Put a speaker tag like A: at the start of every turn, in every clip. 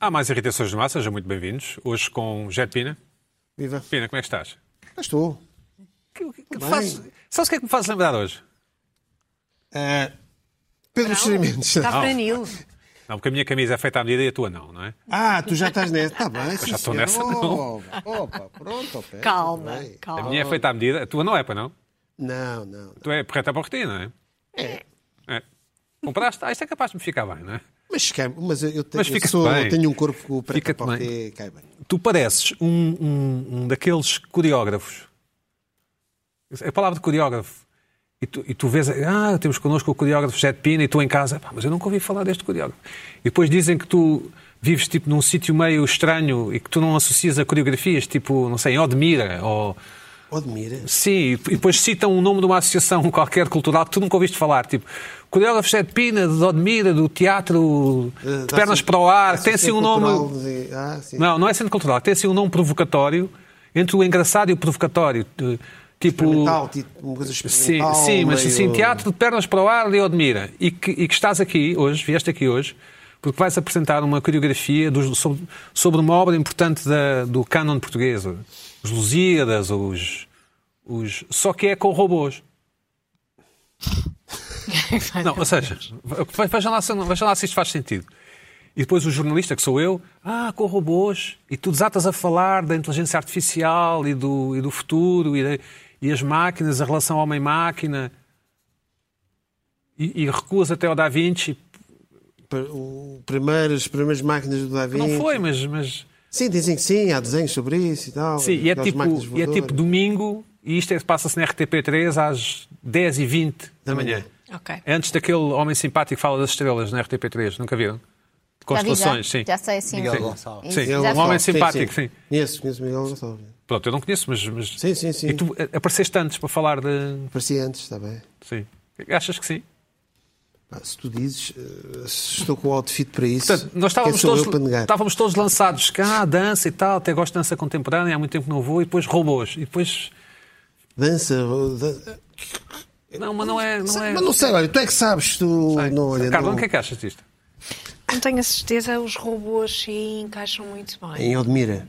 A: Há mais irritações de massa, sejam muito bem-vindos. Hoje com Jet Pina.
B: Viva.
A: Pina, como é que estás?
B: Cá estou.
A: Que, que, que
B: Bem.
A: faz... Sabes o que é que me faz lembrar hoje?
B: Ah, Pedro Xerimentos.
C: Tá
D: Está franil.
A: Não, porque a minha camisa é feita à medida e a tua não, não é?
B: Ah, tu já estás nessa. Está bem, sim,
A: já estou
B: senhor.
A: nessa, não.
B: Opa, opa, pronto, ó, Pedro,
D: Calma,
B: tudo bem.
A: A
D: calma.
A: minha é feita à medida, a tua não é, para não?
B: Não, não.
A: Tu é preta por ti, não é? É. Compraste? Ah, isto é capaz de me ficar bem, não é?
B: Mas, cai- mas eu, eu tenho,
A: Mas
B: eu
A: fica-te
B: sou-
A: bem.
B: tenho um corpo que o preto
A: Fica-te
B: para
A: bem.
B: cai bem.
A: Tu pareces um, um- um daqueles coreógrafos. É a palavra de coreógrafo. E tu, e tu vês, ah, temos connosco o coreógrafo Jet Pina e tu em casa, "Pá, mas eu nunca ouvi falar deste coreógrafo. E depois dizem que tu vives tipo num sítio meio estranho e que tu não associas a coreografias, tipo, não sei, em Odmira ou.
B: Admira.
A: Sim, e depois citam o nome de uma associação qualquer cultural que tu nunca ouviste falar, tipo coreógrafo Jet Pina, de Odmira, do teatro de
B: Da
A: pernas
B: associ-
A: para o ar,
B: da
A: tem assim um nome.
B: Associação tá Cultural de- Ah, sim.
A: Não, não é centro cultural. Tem assim um nome provocatório entre o engraçado e o provocatório. eh, Tipo.
B: Experimental, tipo, uma coisa
A: Sim,
B: experimental.
A: sim, mas
B: meio-
A: assim, teatro de pernas para o ar, Leodmira. E que, e que estás aqui hoje, vieste aqui hoje, porque vais apresentar uma coreografia dos- sobre, sobre uma obra importante da- do cânon português. Os Lusíadas, os, os. Só que é com robôs. Não, ou seja, ve- vejam lá, se, não- vejam lá se isto faz sentido. E depois o jornalista, que sou eu, ah, com robôs, e tu desatas a falar da inteligência artificial e do, e do futuro e, da- e as máquinas, a relação homem-máquina, e, e recuas até ao Da Vinci.
B: Pr- o- Primeiras, as primeiras máquinas do Da Vinci.
A: Não foi, mas. mas
B: Sim, dizem que sim, há desenhos sobre isso e tal.
A: sim, e é,
B: Aquelas
A: tipo,
B: máquinas
A: e é tipo
B: voadoras.
A: domingo, e isto é- passa-se na RTP3 às 10h20 da
B: Da manhã.
A: manhã.
C: Tá
D: Ok.
A: É Antes daquele homem simpático que fala das estrelas na RTP3, nunca viram? De
C: Já vi,
A: constelações,
C: já.
A: sim.
C: Já sei, sim.
E: Miguel
C: Sim.
E: Gonçalves.
C: Isso,
A: Sim,
C: já
A: um
C: sei.
A: homem simpático, sim.
B: Conheço, conheço Miguel Gonçalves.
A: Pronto, eu não conheço, mas. mas...
B: Sim, sim, sim.
A: E tu eh, apareceste antes para falar de.
B: Parecia antes, está bem.
A: Sim. Achas que sim?
B: Pá, se tu dizes, eh, se estou com o outfit para isso,
A: Portanto, nós
B: quem
A: estávamos
B: sou
A: todos,
B: eu para negar?
A: estávamos todos lançados cá, dança e tal, até gosto de dança contemporânea, há muito tempo que não vou, e depois robôs. E depois.
B: Dança, oh, dan-
A: Não, mas não é. Não é...
B: Mas não sei, olha, tu é que sabes, tu não olha.
A: Carlão,
B: não-
A: o que é que achas disto?
D: Não tenho a certeza, os robôs sim, encaixam muito bem.
B: Em Odmira.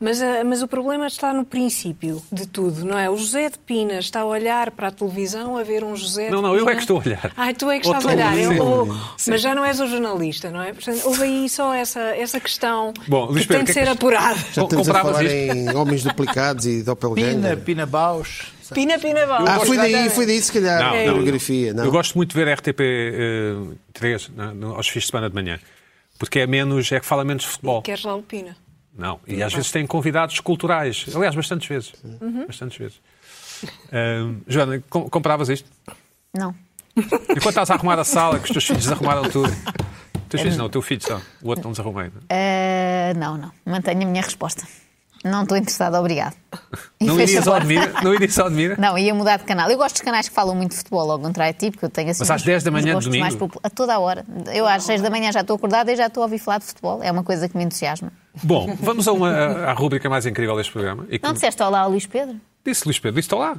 D: Mas, ah, mas o problema está no princípio de tudo, não é? O José de Pina está a olhar para a televisão a ver um José
A: Não,
D: de
A: não, eu
D: Pina.
A: é que estou a olhar.
D: Ah, tu é que
A: Ou
D: estás a
A: tu,
D: olhar. Eu-
A: sim.
D: ou- mas já não és o jornalista, não é? Portanto, houve aí só essa, essa questão
A: Bom, Luís
D: que
A: Pedro, o
D: tem de
A: que é
D: ser
A: que-
D: apurada.
B: Já
A: Com-
B: estamos a
A: compravas
B: falar
A: isto?
B: em homens duplicados e
E: Pina,
B: doppelganger.
E: Pina Baus.
D: Pina, Pina, vá.
B: Ah, foi daí,
D: Exatamente.
B: foi daí, se calhar,
A: Não,
B: a
A: não,
B: coreografia. Não.
A: Eu gosto muito de ver a RTP3 eh, na- no- aos fins de semana de manhã. Porque é menos, é que fala menos de futebol.
D: Queres lá o Pina?
A: Não, e às vezes têm convidados culturais. Aliás, bastantes vezes. Bastantes vezes. Ahm, Joana, com- compravas isto?
C: Não.
A: Enquanto estás a arrumar a sala, que os teus filhos desarrumaram tudo. Os
C: É
A: teus filhos não, o teu filho só. O outro não desarrumei. não é?
C: Ah, não, não. Mantenho a minha resposta. Não estou interessada, obrigado. E
A: Não
C: fecha
A: irias
C: a
A: ao
C: porta.
A: Admira? Não irias ao Admira?
C: Não, ia mudar de canal. Eu gosto dos canais que falam muito de futebol, ao contrário de ti, porque eu tenho assim.
A: Mas às
C: uns-
A: 10 da
C: uns
A: manhã de
C: gostos
A: domingo?
C: mais popula- A toda a hora. Eu às 6 da manhã já estou acordada e já estou a ouvir falar de futebol. É uma coisa que me entusiasma.
A: Bom, vamos a uma, à rúbrica mais incrível deste programa. E que
C: Não disseste olá ao Luís Pedro?
A: Disse Luís Pedro, disse olá.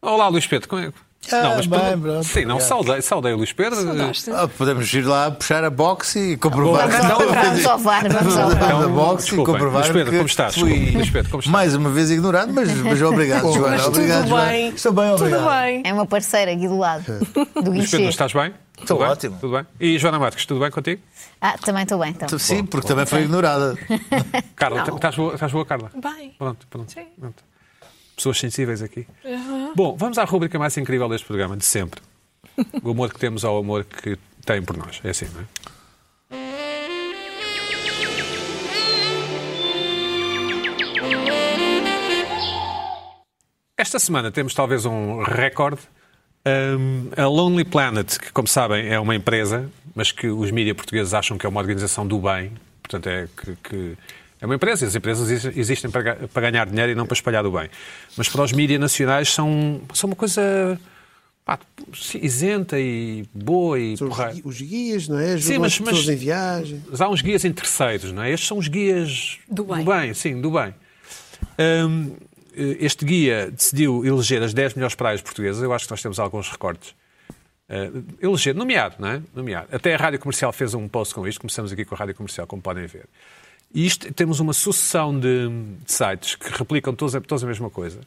A: Olá, Luís Pedro. Como é? não, mas
E: Ah, bem,
A: pelo-
E: pronto,
A: Sim, não,
E: obrigado.
A: saudei, saudei o Luís Pedro.
D: Saudaste?
E: Ah, podemos ir lá puxar a boxe e comprovar.
C: Vamos ao, vamos ao VAR, vamos ao VAR.
E: Então,
A: Então,
E: boxe e
A: desculpem.
E: comprovar
A: Luís Pedro,
E: que
A: como estás?
E: fui
A: Luís Pedro, como estás?
E: mais uma vez ignorado, mas, mas obrigado, Joana.
D: Mas tudo
E: obrigado, Joana.
D: bem.
E: Estou bem, obrigado.
D: Tudo bem.
C: É uma parceira aqui do lado, do
A: Luís Pedro,
C: guichê.
A: estás bem?
E: Estou
A: Tudo bem?
E: ótimo.
A: Tudo bem? E Joana Marques, tudo bem contigo?
C: Ah, também estou bem, então.
E: Sim, porque também foi ignorada.
A: Carla, t- estás boa, estás boa, Carla?
D: Bem.
A: Pronto, pronto.
D: Sim.
A: pronto. Pessoas sensíveis aqui. Bom, vamos à rubrica mais incrível deste programa, de sempre. O amor que temos ao amor que têm por nós. É assim, não é? Esta semana temos talvez um recorde. Um, a Lonely Planet, que como sabem é uma empresa, mas que os mídias portugueses acham que é uma organização do bem, portanto é que, que é uma empresa, e as empresas exi- existem para, ga- para ganhar dinheiro e não para espalhar o bem. Mas para os mídias nacionais são, são uma coisa pá, sim, isenta e boa e
B: São os
A: porra.
B: gui- Os guias, não é? Ajudam
A: Sim, mas-
B: as pessoas
A: mas-
B: em viagem.
A: Mas há uns guias em terceiros, não é? Estes são os guias
D: Do bem.
A: sim, do bem. Hum, este guia decidiu eleger as 10 melhores praias portuguesas. Eu acho que nós temos alguns recortes. eh, eleger, nomeado, não é? Nomeado. Até a Rádio Comercial fez um post com isto, começamos aqui com a Rádio Comercial, como podem ver. E isto, temos uma sucessão de, de sites que replicam todos, a- todos a mesma coisa.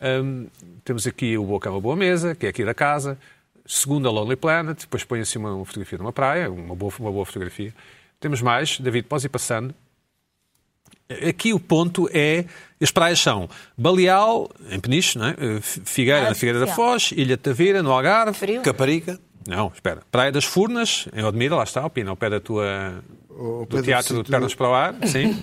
A: Hum, temos aqui o Boca é uma Boa Mesa, que é aqui da casa. Segundo a Lonely Planet, depois põe assim uma, uma fotografia de uma praia, uma boa, uma boa fotografia. Temos mais, David, pós e passando. Aqui o ponto é, as praias são Baleal, em Peniche, não é? Eh, F- Figueira, na Figueira da Foz, Ilha de Tavira, no Algarve.
D: Frio.
E: Caparica.
A: Não, espera. Praia das Furnas, em Odmira, lá está, o Pina, ao pé da tua,
B: Ao pé
A: do
B: do
A: Teatro
B: sítio
A: de Pernas para o Ar. Sim.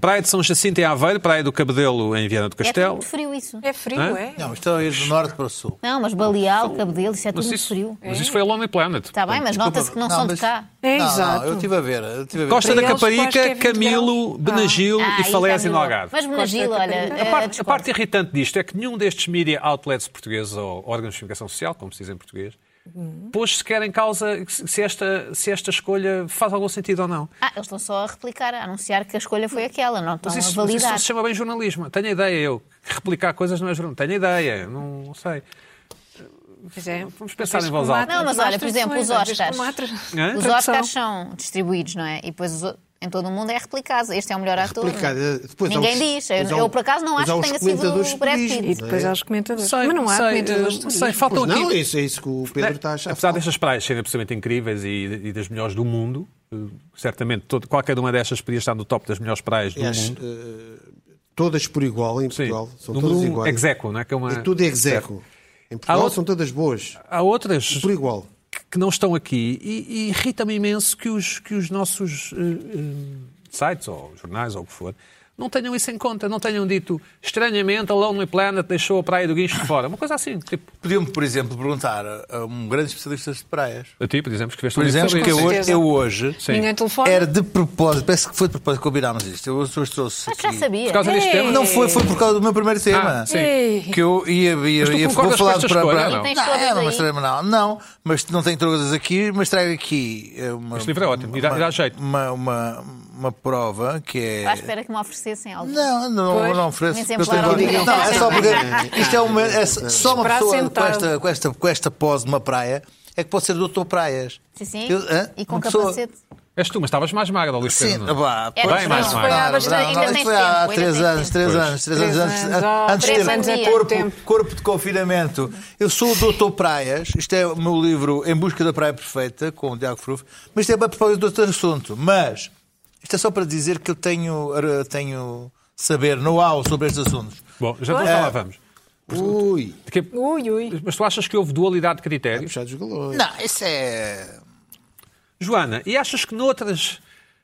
A: Praia de São Jacinto, em Aveiro. Praia do Cabedelo, em Viana do
C: É
A: Castelo.
C: tudo muito frio isso.
D: É frio,
A: Hã?
D: é?
E: Não, estão a ir do norte para o sul.
C: Não, mas Baleal, Cabedelo, isso é tudo
A: Mas
C: muito
A: isso,
C: frio. Tá
A: mas isso foi a Lonely Planet.
C: Está bem, mas nota-se que não, são
E: mas-
C: de cá.
D: É,
E: não,
D: exato.
E: Não, eu estive a ver. Eu estive a ver.
A: Costa da
D: Para eles, quase que é
A: Caparica,
D: 20
A: Camilo,
D: graus.
A: Benagil
C: Ah,
A: e
C: isso
A: Falésia
C: é
A: no Algarve.
C: Mas Benagil,
D: Costa
C: olha.
D: Catarina.
A: A
C: eh,
A: parte, a
C: discordo.
A: parte irritante disto é que nenhum destes media outlets portugueses ou órgãos de comunicação social, como se diz em português,
C: Uhum.
A: pôs sequer em causa se esta, se esta escolha faz algum sentido ou não.
C: Ah, eles estão só a replicar, a anunciar que a escolha foi aquela, não estão
A: Mas isso,
C: a
A: mas isso
C: validar.
A: não se chama bem jornalismo. Tenho a ideia eu. que Replicar coisas não é jornalismo. Tenho a ideia. Não sei.
D: Pois é.
A: Vamos pensar
D: Às
A: em voz
D: vezes com
A: alta.
D: uma
C: Não, mas olha, por exemplo, os
D: traduções, às vezes
C: Oscars.
D: com uma tra-
A: Hã?
C: Os
D: tradução.
C: Oscars são distribuídos, não é? E depois os o- em todo o mundo é replicado. Este é o melhor ator.
B: Replicado, é, depois há
C: Ninguém
B: os-
C: diz.
B: depois há
C: Eu, eu,
B: os-
C: por acaso, não
B: depois
C: acho
B: há
C: que
B: os
C: tenha sido
B: comentadores
C: o Brad
B: turísticos.
C: Pitt.
D: E depois há os comentadores.
A: Sei,
D: mas não há
A: sei,
D: comentadores
A: eh,
D: turísticos.
A: sei, faltam
B: Pois não,
A: aqui-
B: isso é isso que o Pedro está a achar.
A: Apesar
B: falta.
A: destas praias serem absolutamente incríveis e, e das melhores do mundo, eh, certamente todo- qualquer uma destas podia estar no top das melhores praias do
B: Aliás,
A: mundo.
B: eh, todas por igual em Portugal. São
A: Número
B: todas
A: um,
B: iguais.
A: execo, não é? Que é uma-
B: E tudo é execo. Em
A: Há
B: Portugal
A: outro-
B: são todas boas.
A: Há outras
B: Por igual.
A: que- que não estão aqui e, e irrita-me imenso que os, que os nossos eh, eh, sites ou jornais ou o que for não tenham isso em conta, não tenham dito estranhamente a Lonely Planet deixou a praia do Guincho de fora. Uma coisa assim, tipo,
E: Podiam-me, por exemplo, perguntar a um grande especialista de praias.
A: a ti, por exemplo, escreveste
E: Por
A: um livro
E: exemplo,
A: sobre
E: que eu,
A: isso.
E: hoje- eu hoje
A: Sim.
D: Ninguém telefona.
E: era de propósito, parece que foi de propósito, combinámos isto. Eu hoje trouxe.
C: Mas já
E: aqui-
C: sabia.
A: Por causa deste
D: Ei.
A: tema,
E: Não foi, foi por causa do meu primeiro tema.
A: Ah, sim.
D: Ei.
E: Que eu ia, ia,
A: Mas tu
E: ia
A: concordas
E: vou
A: com
E: falar
A: esta
E: para,
A: escolha,
E: para...
A: não?
C: Tens todas
E: é,
C: aí.
E: mas também não. Não, mas não tenho todas aqui, mas trago aqui eh, uma,
A: Este livro é ótimo, e dá-
E: uma,
A: e dá jeito.
E: Uma, uma, uma prova que é.
C: À espera que me oferecessem algo.
B: eh,
E: Não, não,
D: Pois,
E: não ofereço.
C: um
E: porque
C: exemplar
E: eu tenho-
C: obrigado.
E: Não, é só porque isto é uma. é só uma
D: Esperar
E: pessoa com
D: sentado.
E: esta, com, esta, com esta pose de uma praia é que pode ser doutor Praias.
C: Sim, sim.
E: Eu- hã?
C: E com
E: Uma pessoa-
C: capacete.
A: És tu, mas estavas mais magra, Luís
E: Sim,
A: Pedro. não é?
E: vá,
C: Era
E: pois,
A: Bem mais
E: não,
A: magro.
E: não,
C: Há bastante-
E: não,
C: ainda
E: isto
C: tens
E: foi há
C: tempo, ainda
E: três
C: tens
E: anos, três
A: Pois.
E: anos, três
D: Três
E: anos, antes,
D: anos, ó,
E: antes
C: três
E: de
C: anos é
E: ter um
C: pouco
E: corpo,
D: tempo.
E: corpo de confinamento. Eu sou o Doutor Praias, isto é o meu livro Em Busca da Praia Perfeita, com o Diago Frufo, mas isto é para propósito de outro assunto. Mas isto é só para dizer que eu tenho, eh, tenho saber, know-how sobre estes assuntos.
A: Bom, já
B: É.
A: vamos lá, vamos.
B: Ui.
A: De que-
D: Ui, ui.
A: Mas tu achas que houve dualidade de critérios?
B: Puxados os galões.
E: Não, isso é.
A: Joana, e achas que noutras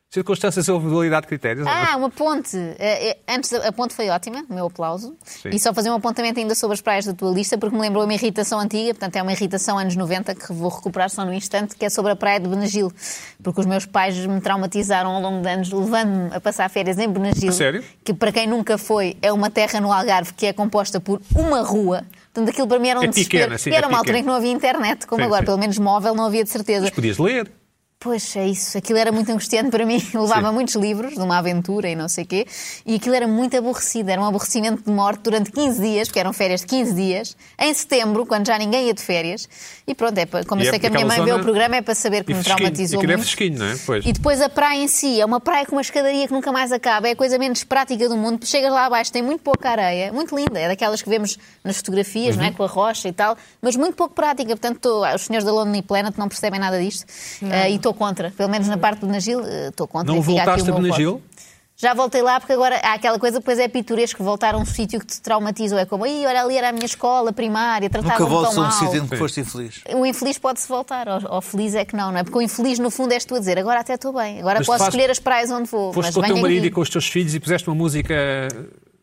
A: circunstâncias houve dualidade de critérios? ou não?
C: Ah, uma ponte. Eh, eh, Antes, da- a ponte foi ótima, o meu aplauso.
A: Sim.
C: E só fazer um apontamento ainda sobre as praias da tua lista, porque me lembrou uma irritação antiga, portanto é uma irritação anos 90 que vou recuperar só no instante, que é sobre a praia de Benagil. Porque os meus pais me traumatizaram ao longo de anos, levando-me a passar férias em Benagil.
A: A sério?
C: Que para quem nunca foi, é uma terra no Algarve que é composta por uma rua. Portanto, aquilo para mim era um
A: É
C: desespero.
A: pequena, sim,
C: e era
A: é
C: uma altura
A: pequena.
C: em que não havia internet, como
A: Sim,
C: agora,
A: sim.
C: pelo menos móvel não havia de certeza.
A: Mas podias ler.
C: Pois é isso, aquilo era muito angustiante para mim. Eu Levava
A: Sim.
C: muitos livros de uma aventura e não sei quê, e aquilo era muito aborrecido, era um aborrecimento de morte durante 15 dias, porque eram férias de 15 dias, em setembro, quando já ninguém ia de férias, e pronto, é para, como
A: E
C: eu
A: é
C: sei que a minha
A: aquela
C: mãe vê
A: zona-
C: o programa, é para saber que
A: E
C: me
A: fresquinho.
C: traumatizou.
A: Aquilo é
C: muito.
A: fresquinho, não é? Pois.
C: E depois a praia em si, é uma praia com uma escadaria que nunca mais acaba, é a coisa menos prática do mundo. Chegas lá abaixo, tem muito pouca areia, muito linda, é daquelas que vemos nas fotografias,
E: Uhum.
C: não é? com a rocha e tal, mas muito pouco prática. Portanto, tô- ah, os senhores da Lonely Planet não percebem nada disto eh, e estou contra. Pelo menos na parte do Benagil, eh, estou contra.
A: Não
C: E fica aqui
A: voltaste
C: o
A: a
C: meu
A: Benagil?
C: voto. Já voltei lá porque agora há aquela coisa, depois é pitoresco voltar a um sítio que te traumatiza. ou É como, Ih, olha ali era a minha escola primária,
E: Nunca
C: tratavam-me
E: voltes a
C: tão
E: um
C: mal.
E: sítio em que foste infeliz.
C: O infeliz pode-se voltar, ao, ao feliz é que não, não é? Porque o infeliz, no fundo, és tu a dizer agora até estou bem, agora
A: Mas tu
C: posso
A: fazes-
C: escolher as praias onde vou.
A: Foste
C: Mas
A: com o teu
C: venho
A: marido e
C: aqui.
A: com os teus filhos e puseste uma música.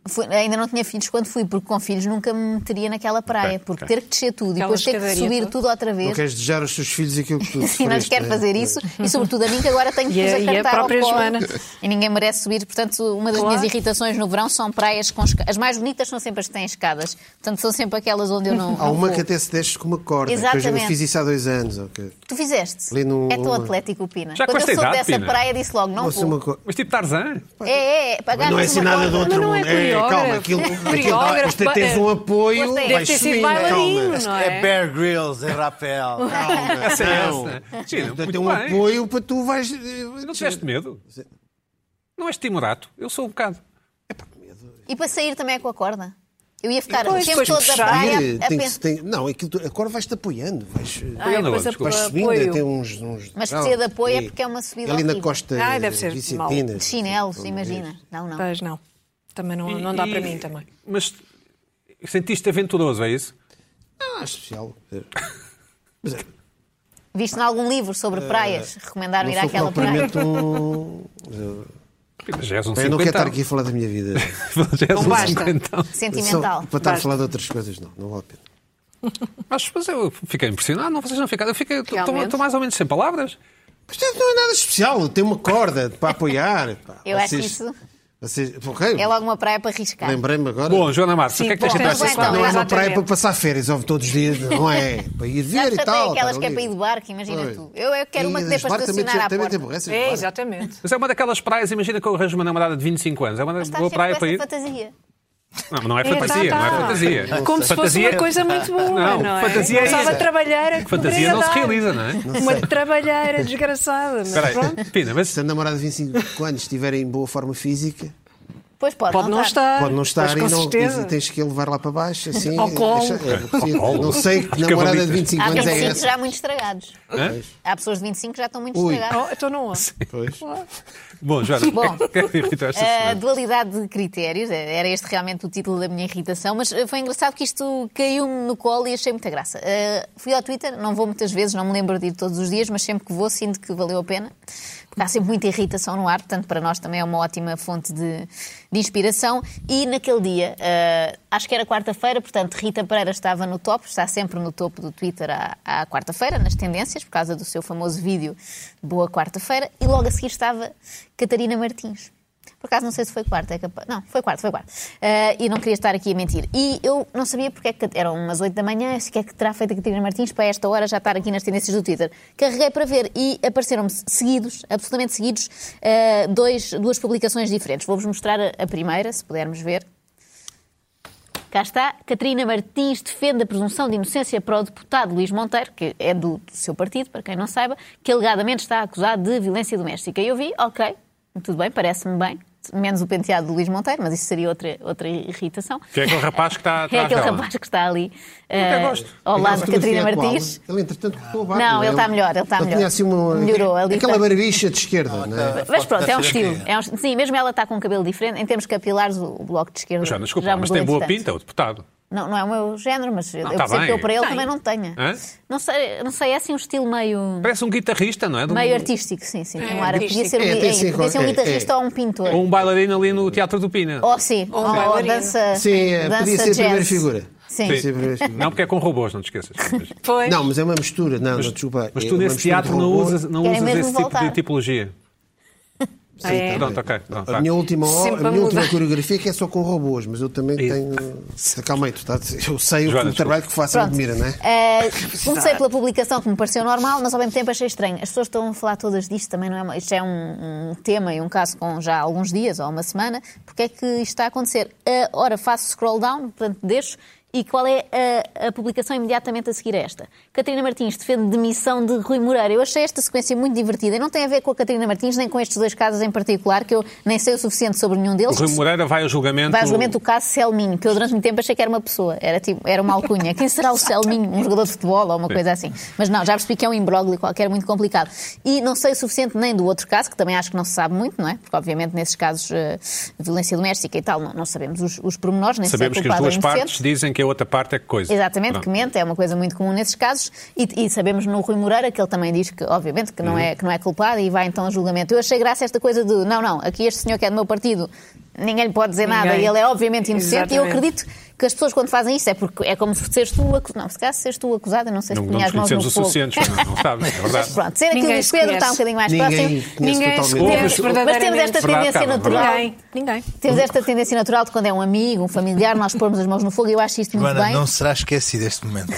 C: Fui- ainda não tinha filhos quando fui, porque com filhos nunca me meteria naquela praia,
A: Ok,
C: porque
A: ok.
C: ter que descer tudo e
D: Aquela
C: depois ter que
D: escadaria
C: subir
D: toda.
C: tudo outra vez.
B: Não queres desejar aos teus filhos aquilo que tu
C: E não lhes
B: sofreste,
C: quero
B: é?
C: fazer isso, e sobretudo a mim que agora tenho que
D: E a-
C: fazer
D: e é a
C: cantar
D: própria
C: ao colo.
D: Joana.
C: E ninguém merece subir, portanto, uma das
D: Claro.
C: minhas irritações no verão são praias com escadas. As mais bonitas são sempre as que têm escadas, portanto, são sempre aquelas onde eu não.
B: Há
C: não
B: uma
C: vou.
B: que até se desce com uma corda. que Eu já
C: Exatamente.
B: fiz isso há dois anos. ok.
C: Tu fizeste.
B: Ali no-
C: É tão atlético, Pina.
A: Já com
C: Quando
A: esta
C: eu soube
A: idade,
C: dessa
A: Pina.
C: praia, disse logo, não
B: Posso
C: vou.
B: dizer uma coisa?
A: Mas tipo Tarzan.
C: É, é, agarras
B: Não é
C: uma
B: assim nada
C: corda.
B: de outro
D: Mas não é
B: mundo. calma,
D: coreógrafo.
B: aquilo, aquilo
D: Coreógrafo,
B: mas tem- tens
D: é-
B: um apoio.
C: Deve ter
B: vais
D: sido
B: subindo,
D: bailarino,
B: calma.
D: não
E: É
D: é?
E: Bear Grylls em rapel.
B: Calma,
A: Essa é
B: não.
A: essa. Gira,
B: Portanto,
A: muito
B: Tem um
A: bem.
B: apoio para tu vais. eh,
A: Não tiveste medo? Não és timorato? Eu sou um bocado.
C: E para sair também é com a corda. Eu ia ficar
D: Pois,
C: o tempo
D: pois,
C: todo da
D: puxar.
C: praia
B: Sim,
C: a, a
B: tem que
C: pensar.
B: se- tem- Não, aquilo, tu- agora vais-te apoiando, vais,
D: Ai,
A: Olha,
D: Ah, depois
A: desculpa.
B: vais
D: apo-
B: subindo,
D: apoio.
B: tem uns. uns
C: Ah, Mas
B: não,
C: precisa de apoio é
B: e-
C: porque é uma subida
B: Ali na
C: horrível.
B: costa
D: Ai, deve ser
B: Vicentina.
C: De chinelos, imagina. Não, não.
D: Pois não. Também não, não dá para mim também.
A: Mas sentiste aventuroso, é isso?
B: Ah, especial.
C: Viste em algum livro sobre praias? Recomendaram
B: Eh, Não
C: ir
B: sou
C: àquela praia?
B: propriamente um.
A: Já és um
B: Eu não quero estar
A: cinquentão.
B: aqui a falar da minha vida.
A: Já és
D: Não
A: um
D: Então basta.
A: cinquentão.
C: Sentimental.
B: Só para estar a
D: Basta.
B: falar de outras coisas, não, não vale a pena.
A: Mas, mas eu fiquei impressionado, não, vocês não ficaram. Eu fiquei,
D: Realmente.
A: estou mais ou menos sem palavras.
B: Portanto, não é nada especial, tem uma corda para apoiar. pá.
C: Eu acho isso-
B: Vocês, ok,
C: É logo uma praia para arriscar.
B: lembrei-me agora.
A: Bom, Joana Marques, o
D: Sim,
A: que é que tens
D: bom,
A: para
D: bom,
A: esta
C: bom,
A: semana?
B: não é uma
D: Exatamente.
B: praia para passar férias, ouve todos os dias, não é? Para ir ver
C: Já
B: e
C: tem
B: tal.
C: aquelas
B: estar
C: que é para
B: ali.
C: ir de barco, imagina
B: Pois.
C: tu. Eu, eu quero uma
B: E
C: que dê
B: as
C: para
B: barcas também-
C: estacionar à
B: também tipo, tem
C: porta.
B: borracha,
D: É,
B: claro.
D: exatamente.
A: Mas é uma daquelas praias, imagina que eu arranjo uma namorada de 25 anos. É uma
C: Estás
A: boa
C: tá sempre com
A: praia
C: essa
A: para ir.
C: fantasia.
A: Não, mas não é
D: É, tá,
A: fantasia,
D: tá.
A: não é fantasia.
D: Como se fosse
A: Fantasia-
D: uma coisa muito boa,
A: Não,
D: não, é?
A: fantasia é
D: Estava
A: isso.
D: a trabalhar a
A: Fantasia não se realiza, não é?
D: Uma trabalheira desgraçada, mas
A: Espera
D: pronto.
A: aí, Pina, mas
B: Se a namorada de 25 anos estiver em boa forma física,
C: Pois pode,
D: Pode não
C: estar.
D: estar.
B: pode não estar
D: mas com
B: e, não,
D: certeza.
B: e tens que a levar lá para baixo. Assim,
D: Ao colo.
B: deixa- é, preciso- não sei que
A: Os
B: namorada de
A: cavalitos.
B: 25
C: Há
B: anos é
C: 25
B: essa.
C: Ah, já muito estragados.
A: Hã?
C: Há pessoas de 25 que já estão muito
B: Ui.
C: estragadas.
D: Oh, então não há.
B: Pois.
A: Bom, Joana,
C: Bom.
A: o que é que te irritou esta
C: A
A: semana?
C: dualidade de critérios, é, era este realmente o título da minha irritação, mas eh, foi engraçado que isto caiu-me no colo e achei muita graça. Eh, fui ao Twitter, não vou muitas vezes, não me lembro de ir todos os dias, mas sempre que vou sinto que valeu a pena, porque há sempre muita irritação no ar, portanto para nós também é uma ótima fonte de, de inspiração. E naquele dia, eh, acho que era quarta-feira, portanto Rita Pereira estava no topo, está sempre no topo do Twitter à, à quarta-feira, nas tendências, por causa do seu famoso vídeo Boa Quarta-feira, e logo a seguir estava Catarina Martins. Por acaso não sei se foi quarto, é capaz. Não, foi quarto, foi quarto. Ah, e não queria estar aqui a mentir. E eu não sabia porque é que. Eram umas 8 da manhã, o que é que terá feito a Catarina Martins para esta hora já estar aqui nas tendências do Twitter. Carreguei para ver e apareceram-me seguidos, absolutamente seguidos, ah, dois, duas publicações diferentes. Vou-vos mostrar a- a primeira, se pudermos ver. Cá está, Catarina Martins defende a presunção de inocência para o deputado Luís Monteiro, que é do, do seu partido, para quem não saiba, que alegadamente está acusado de violência doméstica. E eu vi, ok, tudo bem, parece-me bem, menos o penteado do Luís Monteiro, mas isso seria outra, outra irritação.
A: Que é aquele rapaz que está
C: É
A: atrás
C: aquele
A: dela.
C: rapaz que está ali
A: até
C: eh,
A: gosto.
B: então,
C: ao lado
B: assim
C: de Catarina
B: Fotografia atual.
C: Martins.
B: é Ele, entretanto, cortou o barco.
C: Não, ele está melhor, ele está
B: Ele
C: melhor.
B: tinha assim uma...
C: Melhorou ali.
B: Aquela
C: está-
B: barbicha de esquerda, não é?
C: Mas pronto, é um
E: Deve ser
C: estilo.
E: aqui.
C: É um- Sim, mesmo ela está com um cabelo diferente. Em termos capilares, o o bloco de esquerda.
A: Joana, desculpa,
C: já
A: mas
C: mudou
A: tem boa
C: entretanto.
A: pinta, o deputado.
C: Não, não é o meu género, mas eu
A: tá
C: percebo
A: bem.
C: que eu para ele
D: Tem.
C: também não tenha.
A: Hã?
C: Não sei, não sei, é assim um estilo meio,
A: Parece um guitarrista, não é? De um-
C: meio artístico, sim, sim. Tem um ar. Podia
D: artístico.
C: ser um,
B: É, tem sim,
C: é, podia ser um
B: é,
C: guitarrista
B: é.
C: ou um pintor.
A: Ou um bailarino ali no Teatro do Pina.
C: Ou sim, ou, ou
D: bailarino.
C: dança.
B: Sim, é,
C: dança
B: podia ser a
C: jazz.
B: primeira figura.
C: Sim.
B: Podia ser a primeira figura.
A: Não, porque é com robôs, não te esqueças. Mas,
D: Pois.
B: Não, mas é uma mistura. Não, não, desculpa.
A: mas
B: é
A: tu
B: uma
A: nesse
B: mistura de
A: teatro não
B: robô.
A: usas, não
C: Querem
A: usas
C: mesmo
A: esse tipo de
C: voltar.
A: tipologia.
D: Ah, é?
A: Pronto, ok. Pronto,
B: A
A: tá.
B: minha última, hora,
D: Sempre
B: a minha
D: a
B: última
D: mudar.
B: coreografia que é só com robôs, mas eu também
A: Isso.
B: tenho. Se- Calma aí, tu estás, eu sei o
A: Joana,
B: o trabalho que faço
C: Pronto.
B: admira, não é?
C: Eh, comecei pela publicação que me pareceu normal, mas ao mesmo tempo achei estranho. As pessoas estão a falar todas disto, também não é uma, isto é um, um tema e um caso com já alguns dias ou uma semana. Porque é que isto está a acontecer? Eh, ora, faço scroll down, portanto deixo, e qual é a, a publicação imediatamente a seguir a esta? Catarina Martins defende demissão de Rui Moreira. Eu achei esta sequência muito divertida e não tem a ver com a Catarina Martins nem com estes dois casos em particular, que eu nem sei o suficiente sobre nenhum
A: O
C: deles.
A: Rui Moreira vai ao julgamento.
C: Vai ao julgamento o caso Selminho, que eu durante muito tempo achei que era uma pessoa, era, tipo, era uma alcunha. Quem será o Selminho? Um jogador de futebol ou uma coisa assim. Mas não, já percebi que é um imbróglio qualquer muito complicado. E não sei o suficiente nem do outro caso, que também acho que não se sabe muito, não é? Porque obviamente nesses casos eh, de violência doméstica e tal, não, não sabemos os, os pormenores, nem
A: Sabemos
C: se é
A: que as
C: culpado
A: duas
C: ou inocente.
A: partes dizem que a outra parte é que coisa.
C: Exatamente,
A: Pronto.
C: que mente, é uma coisa muito comum nesses casos. E, e sabemos no Rui Moreira que ele também diz que, obviamente,
A: Uhum.
C: que não, é, que não é culpado e vai então a julgamento. Eu achei graça esta coisa de, não, não, aqui este senhor que é do meu partido ninguém lhe pode dizer nada.
D: Ninguém.
C: E ele é obviamente inocente. E eu
D: Exatamente.
C: acredito que as pessoas quando fazem isso é porque é como se seres tu acusada. Não, se calhar se seres tu acusada, não sei se
A: Não, não
C: punha
A: nos
C: as mãos no
A: conhecemos
C: fogo.
A: o suficiente, não, não sabes, é verdade.
C: um Pronto, ser aquilo
D: Ninguém
C: diz
D: se
C: Pedro está um
D: conhece.
C: bocadinho mais
B: Ninguém
C: próximo.
B: conhece
D: Ninguém se
B: totalmente.
D: conhece
C: Mas temos
D: verdadeiramente.
C: esta tendência
A: Carla,
C: natural.
D: Ninguém, ninguém.
B: É
C: Temos esta tendência natural de quando é um amigo, um familiar, nós pormos as mãos no fogo. Eu acho isto muito
E: Joana,
C: bem.
E: não será esquecido este momento.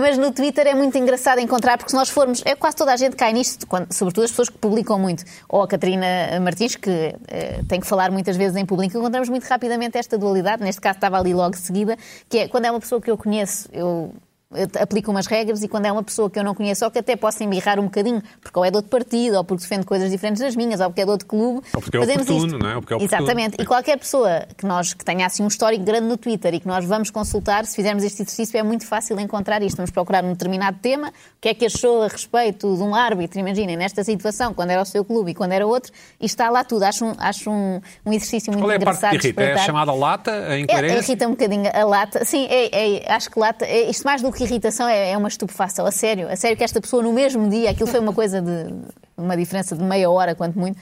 C: Mas no Twitter é muito engraçado encontrar, porque se nós formos, é quase toda a gente cai nisto, quando- sobretudo as pessoas que publicam muito, ou a Catarina Martins, que eh, tem que falar muitas vezes em público, encontramos muito rapidamente esta dualidade, neste caso estava ali logo seguida, que é quando é uma pessoa que eu conheço, eu. eu te- aplico umas regras e quando é uma pessoa que eu não conheço ou que até posso embirrar um bocadinho, porque ou é de outro partido, ou porque defende coisas diferentes das minhas, ou porque é de outro clube,
A: Ou porque é
C: fazemos
A: oportuno,
C: isto.
A: não é? Ou porque é oportuno.
C: Exatamente. E qualquer pessoa que, nós, que tenha assim um histórico grande no Twitter e que nós vamos consultar, se fizermos este exercício, é muito fácil encontrar isto. Vamos procurar um determinado tema, o que é que achou a respeito de um árbitro, imaginem, nesta situação, quando era o seu clube e quando era outro, e está lá tudo. Acho um, acho um, um exercício muito
A: Qual é a parte
C: engraçado.
A: que
C: de
A: irrita? É a
C: espreitar.
A: chamada lata, a
C: É,
A: incoerência?
C: irrita um bocadinho a lata. Sim, é- é- acho que lata. é- isto mais do que irritação é, é uma estupefação. A sério, a sério que esta pessoa no mesmo dia, aquilo foi uma coisa de uma diferença de meia hora, quanto muito.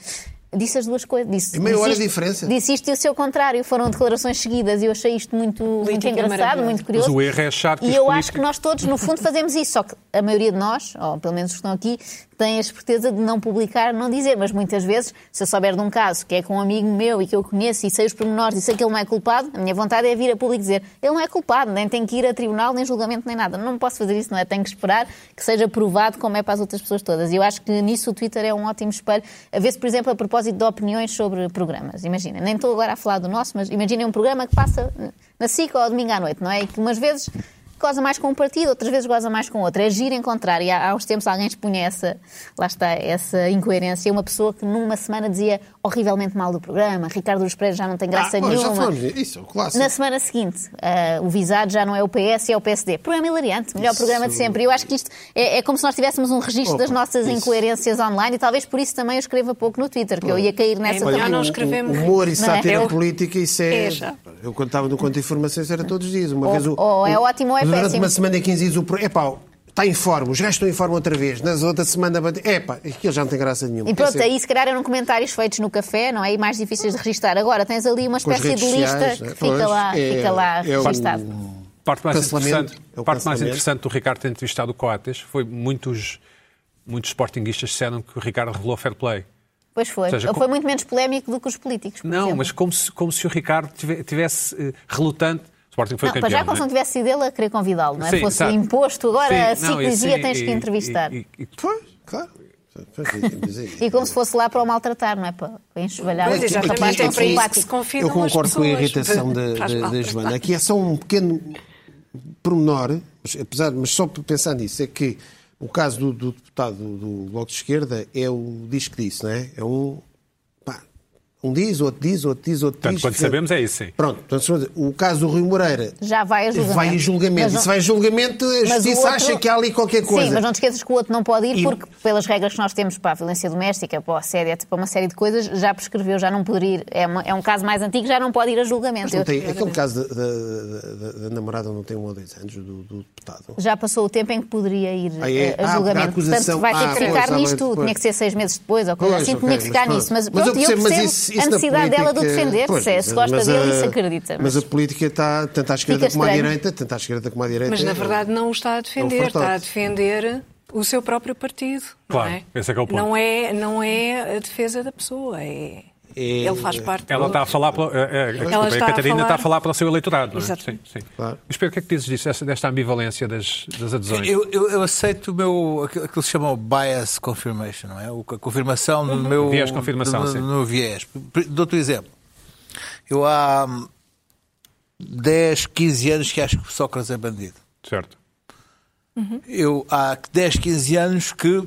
C: Disse as duas coisas. Disse,
B: E meia hora
C: disse
B: de
C: isto-
B: diferença?
C: Disse isto e o seu contrário. Foram declarações seguidas e eu achei isto muito, muito
D: Política
C: engraçado,
D: maravilhosa.
C: muito curioso.
A: Mas o erro é achar que
C: E
A: os
C: eu acho
A: políticos-
C: que nós todos, no fundo, fazemos isso. Só que a maioria de nós, ou pelo menos os que estão aqui, tem a certeza de não publicar, não dizer. Mas muitas vezes, se eu souber de um caso que é com um amigo meu e que eu conheço e sei os pormenores e sei que ele não é culpado, a minha vontade é vir a público dizer ele não é culpado, nem tem que ir a tribunal, nem julgamento, nem nada. Não posso fazer isso, não é? Tenho que esperar que seja provado como é para as outras pessoas todas. E eu acho que nisso o Twitter é um ótimo espelho. A ver se, por exemplo, a propósito de opiniões sobre programas. Imagina, nem estou agora a falar do nosso, mas imaginem um programa que passa na SIC ou ao domingo à noite, não é? E que umas vezes goza mais com um partido, outras vezes goza mais com outro. É giro encontrar. E há, há uns tempos alguém expunha essa, lá está, essa incoerência. Uma pessoa que numa semana dizia horrivelmente mal do programa, Ricardo dos Pereira já não tem graça
B: Ah, bom, já
C: nenhuma.
B: falamos nisso. Isso, é o clássico.
C: Na semana seguinte, ah, o visado já não é o PS, é o PSD. Programa hilariante, melhor programa de sempre. Eu acho que isto é, é como se nós tivéssemos um registro das nossas incoerências online e talvez por isso também eu escreva pouco no Twitter, que eu ia cair nessa
D: melhor
C: também.
D: não
B: o-
D: escrevemos.
B: o
C: é?
B: Humor e sátira
D: Eu-
B: política, isso é.
D: É, já.
B: eu quando estava no Conto de Informações era todos os dias. Uma
C: Ou-
B: vez o,
C: ou é
B: o-
C: ótimo ou é
B: Durante
C: péssimo.
B: uma semana e 15 dias o. pro- Epá, está em forma, os restos estão em forma outra vez. Nas outra semana. bate- Epá, aquilo já não tem graça nenhuma.
C: E pronto,
B: É sempre-
C: aí se calhar eram comentários feitos no café, não é? E mais difíceis de registrar. Agora tens ali uma
B: com as
C: espécie de
B: redes
C: lista
B: sociais,
C: que
B: né?
C: fica,
B: Pois,
C: lá,
B: é-
C: fica lá
B: é o-
C: registado.
A: A parte mais
B: Cancelamento.
A: interessante,
B: É o
A: parte mais
B: cancelamento.
A: interessante do Ricardo ter entrevistado o Coates foi muitos, muitos sportinguistas disseram que o Ricardo revelou fair play.
C: Pois foi.
A: Ou seja,
C: foi
A: com-
C: muito menos polémico do que os políticos. por
A: Não,
C: exemplo.
A: mas como se, como se o Ricardo tive- tivesse eh, relutante. O Sporting foi
C: não, para
A: campeão.
C: já, como
A: é?
C: se não tivesse sido ele a querer convidá-lo, não é?
A: Sim,
C: Fosse
A: exato.
C: imposto, agora
A: Sim,
C: a SIC
A: não, e
C: dizia
A: sim,
C: tens que
A: e-
C: entrevistar.
A: e- e- e-
B: Pois, claro. Pois, é dizer-
C: E como se fosse lá para o maltratar, não é? Para para enxovalhar.
D: Pois,
C: o
D: exatamente,
C: rapaz tão
D: é para isso que se
C: simpático.
D: confidam
B: Eu concordo
D: as
B: com a
D: pessoas.
B: irritação da,
D: Faz
B: da,
D: mal.
B: da Joana. Aqui é só um pequeno pormenor, mas, apesar, mas só por pensar nisso, é que o caso do, do deputado do Bloco de Esquerda é o diz que disse, não é? É um. Pá, um diz, outro diz, outro diz, outro
A: Portanto,
B: diz.
A: quando sabemos é isso, sim.
B: Pronto, então, portanto, o caso do Rui Moreira
C: Já vai a julgamento.
B: vai em julgamento.
C: Mas
B: E
C: não-
B: se vai em julgamento, a
C: mas o
B: justiça
C: outro-
B: acha que há ali qualquer coisa.
C: Sim, mas não é te esqueças que o outro não pode ir
B: E-
C: porque, pelas regras que nós temos para a violência doméstica, para o assédio, etc, para uma série de coisas, já prescreveu, já não poderia ir. É, uma- é um caso mais antigo, já não pode ir a julgamento.
B: Mas não
C: Eu-
B: tem- aquele caso da, da- da- da namorada não tem um ou dois anos, do, do deputado.
C: já passou o tempo em que poderia ir
B: Ah, é?
C: eh,
B: Ah,
C: a
B: porque
C: julgamento.
B: a acusação-
C: Portanto, vai ter
B: ah,
C: que ficar
B: pois, ah,
C: nisto,
B: pois,
C: tinha que ser seis meses depois, ou coisa
B: Pois,
C: assim,
B: ok,
C: tinha que ficar
B: mas
C: nisso. Mas,
B: pronto. Mas
C: pronto, eu percebo,
B: mas isso- isso na
C: a necessidade dela de o
B: política-
C: defender,
B: pois,
C: se, se gosta
B: mas a-
C: dele e se acredita.
B: Mas, a política está tanto à esquerda
C: Fica
B: como à
C: estranho.
B: direita, tanto à esquerda como à direita. é
D: Mas na verdade não o está a defender,
B: fartote.
D: está a defender o seu próprio partido.
A: Claro,
D: não é?
A: esse é que é o ponto.
D: Não é, não é a defesa da pessoa, é... ele faz parte
A: Ela
D: do-
A: está a falar. Pela, eh, eh, desculpa,
D: Ela
A: a
D: está a
A: Catarina
D: falar-
A: está a falar para o seu eleitorado, não é?
D: Exato.
A: Sim, sim.
B: Claro.
A: Mas Pedro, o que é que dizes disso, essa- desta ambivalência das, das adesões?
E: Eu, eu- eu aceito o meu, aquilo aquilo que se chama o bias confirmation, não é? O- A confirmação do meu.
A: Uhum. Viés confirmação,
E: do,
A: sim.
E: do meu viés. Pri- Dou-te um exemplo. Eu há hum, 10, 15 anos que acho que o Sócrates é bandido.
A: Certo. Uhum.
E: Eu há 10, 15 anos que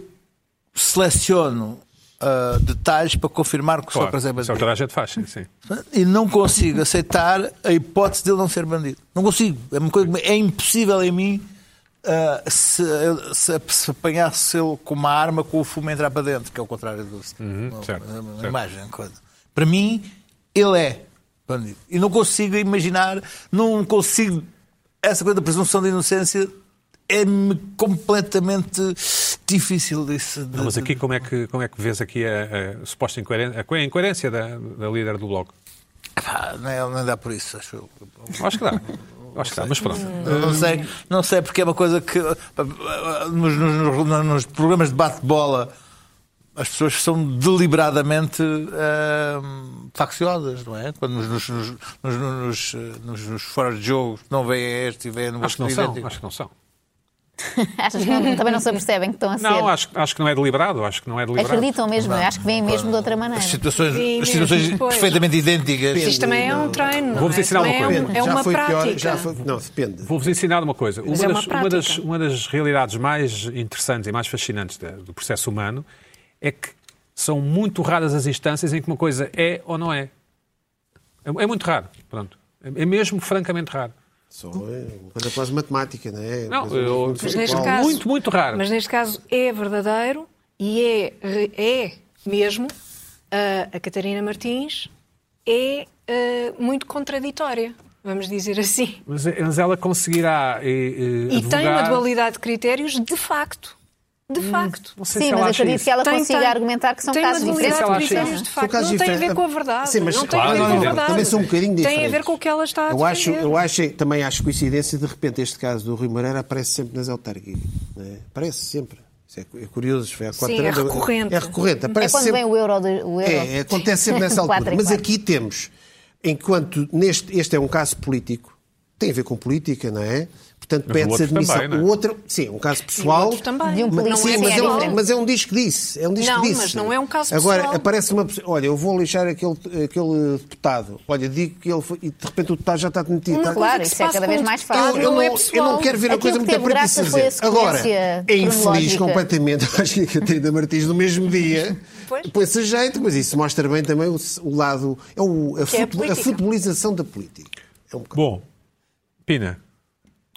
E: seleciono ah, detalhes para confirmar que o
A: Claro.
E: Sócrates é
A: Isso é o que
E: bandido.
A: toda a gente faz, sim. sim.
E: E não consigo aceitar a hipótese dele não ser bandido. Não consigo. É, uma coisa, é impossível em mim ah, se, se, se apanhasse ele com uma arma com o fumo a entrar para dentro, que é o contrário do. uma-
A: Uhum, certo,
E: uma- uma
A: certo.
E: imagem, coisa. Para mim, ele é bandido. E não consigo imaginar, não consigo. Essa coisa da presunção de inocência é-me é completamente difícil desse. de-
A: Não, mas aqui como é que, como é que vês aqui a, a suposta incoerência, a incoerência da, da líder do Bloco?
E: Pá, Ah, não, não dá por isso, acho eu.
A: Acho que dá. Acho que dá, mas pronto.
E: Não sei, não sei porque é uma coisa que ah, nos, nos- nos- nos programas de bate-bola as pessoas são deliberadamente ah, facciosas, não é? Quando nos, nos, nos, nos, nos, eh, nos- nos fora de jogo não vê este e vê no
A: Acho que não
E: outro
A: são.
E: idêntico.
A: Acho que não são.
C: Achas que não- também não se apercebem que estão a ser?
A: Não, acho, acho que não é deliberado. Acho que não é deliberado.
C: Acreditam mesmo, acho que vêm mesmo de outra maneira.
E: As situações,
D: Sim,
E: as situações
D: mesmo, pois.
E: perfeitamente idênticas.
D: Isto também é um treino. não
A: Vou-vos
D: é?
A: ensinar uma
D: Também é
A: coisa.
D: um- É uma,
B: já foi
D: prática.
B: pior. Já foi, não, depende.
A: Vou-vos ensinar uma coisa. Uma,
D: Mas é uma
A: das, uma, das,
D: prática.
A: uma das realidades mais interessantes e mais fascinantes da- do processo humano é que são muito raras as instâncias em que uma coisa é ou não é. É, é muito raro. Pronto. É é mesmo francamente raro.
B: Só é uma coisa quase matemática, não é?
A: Não,
B: Coisa
A: eu-
B: muito
D: Mas
B: factual.
D: neste caso,
A: Muito, muito raro.
D: Mas neste caso é verdadeiro e é, re- é mesmo ah, a Catarina Martins é ah, muito contraditória, vamos dizer assim.
A: Mas, eh, mas ela conseguirá. eh, E,
D: E tem uma dualidade de critérios de facto. De facto.
A: Não sei
C: Sim,
A: se ela
C: mas
A: acha
C: acredito
A: isso.
C: que Hum. ela
D: Tem-
C: consiga
D: tem-
C: argumentar que são
D: tem
C: casos
D: uma
C: diferentes.
A: Sim,
D: dualidade
A: É ela
D: de
A: acha
D: critérios
A: isso.
D: de
B: São
D: facto.
B: casos
D: Não tem a ver
B: diferentes.
D: com a verdade.
B: Sim, mas
D: não tem
A: claro,
D: a ver com a
A: evidente.
D: verdade.
B: Também são um bocadinho
D: Tem a ver
B: diferentes.
D: com o que ela está a
B: Eu acho,
D: defender.
B: eu acho, também acho coincidência, de repente, este caso do Rui Moreira aparece sempre nas autárquicas. Não é? Aparece sempre. Isso é, cu- é curioso. Foi há quatro
D: Sim, é
B: anos, agora-
D: recorrente.
B: É recorrente.
C: É
B: Aparece
C: quando
B: sempre.
C: vem o euro. do- o euro.
B: É, acontece sempre nessa
C: Quatro
B: altura.
C: em
B: Mas
C: quatro.
B: aqui temos, enquanto neste, este é um caso político, tem a ver com política, não é? Portanto,
A: Mas o
B: pede-se
A: outro
B: admissão.
A: também, não é?
B: O outro, sim, é um caso
D: E
B: pessoal.
D: outro também.
C: De um
B: mas,
C: político.
B: sim,
C: Não é
B: mas, é
C: diferente.
B: um, mas é um disco disse. É um disco
D: Não,
B: disse.
D: mas não é um caso
B: Agora,
D: pessoal.
B: aparece uma pessoa. Olha, eu vou lixar aquele, aquele deputado. Olha, digo que ele foi. E de repente o deputado já está demitido.
D: Uma
B: Está-
D: coisa
C: Claro,
D: que se
C: isso é
D: passa
C: cada
D: com
C: vez
D: o
C: mais
D: deputado
B: eu,
C: fácil.
D: não é
B: não, eu
D: pessoal.
B: não quero ver a
C: Aquilo
B: coisa
C: que
B: muito
C: teve
B: preta e
C: graça foi a
B: cinzenta. Agora,
C: sequência
B: é infeliz
C: cronológica.
B: completamente. Acho que a Catarina Martins, no mesmo dia,
D: Pois.
B: põe-se a jeito, mas isso mostra bem também o, o lado. É o, a,
D: Que é a
B: futebol- a
D: política.
B: futebolização da política. É um bocado.
A: Bom, Pina,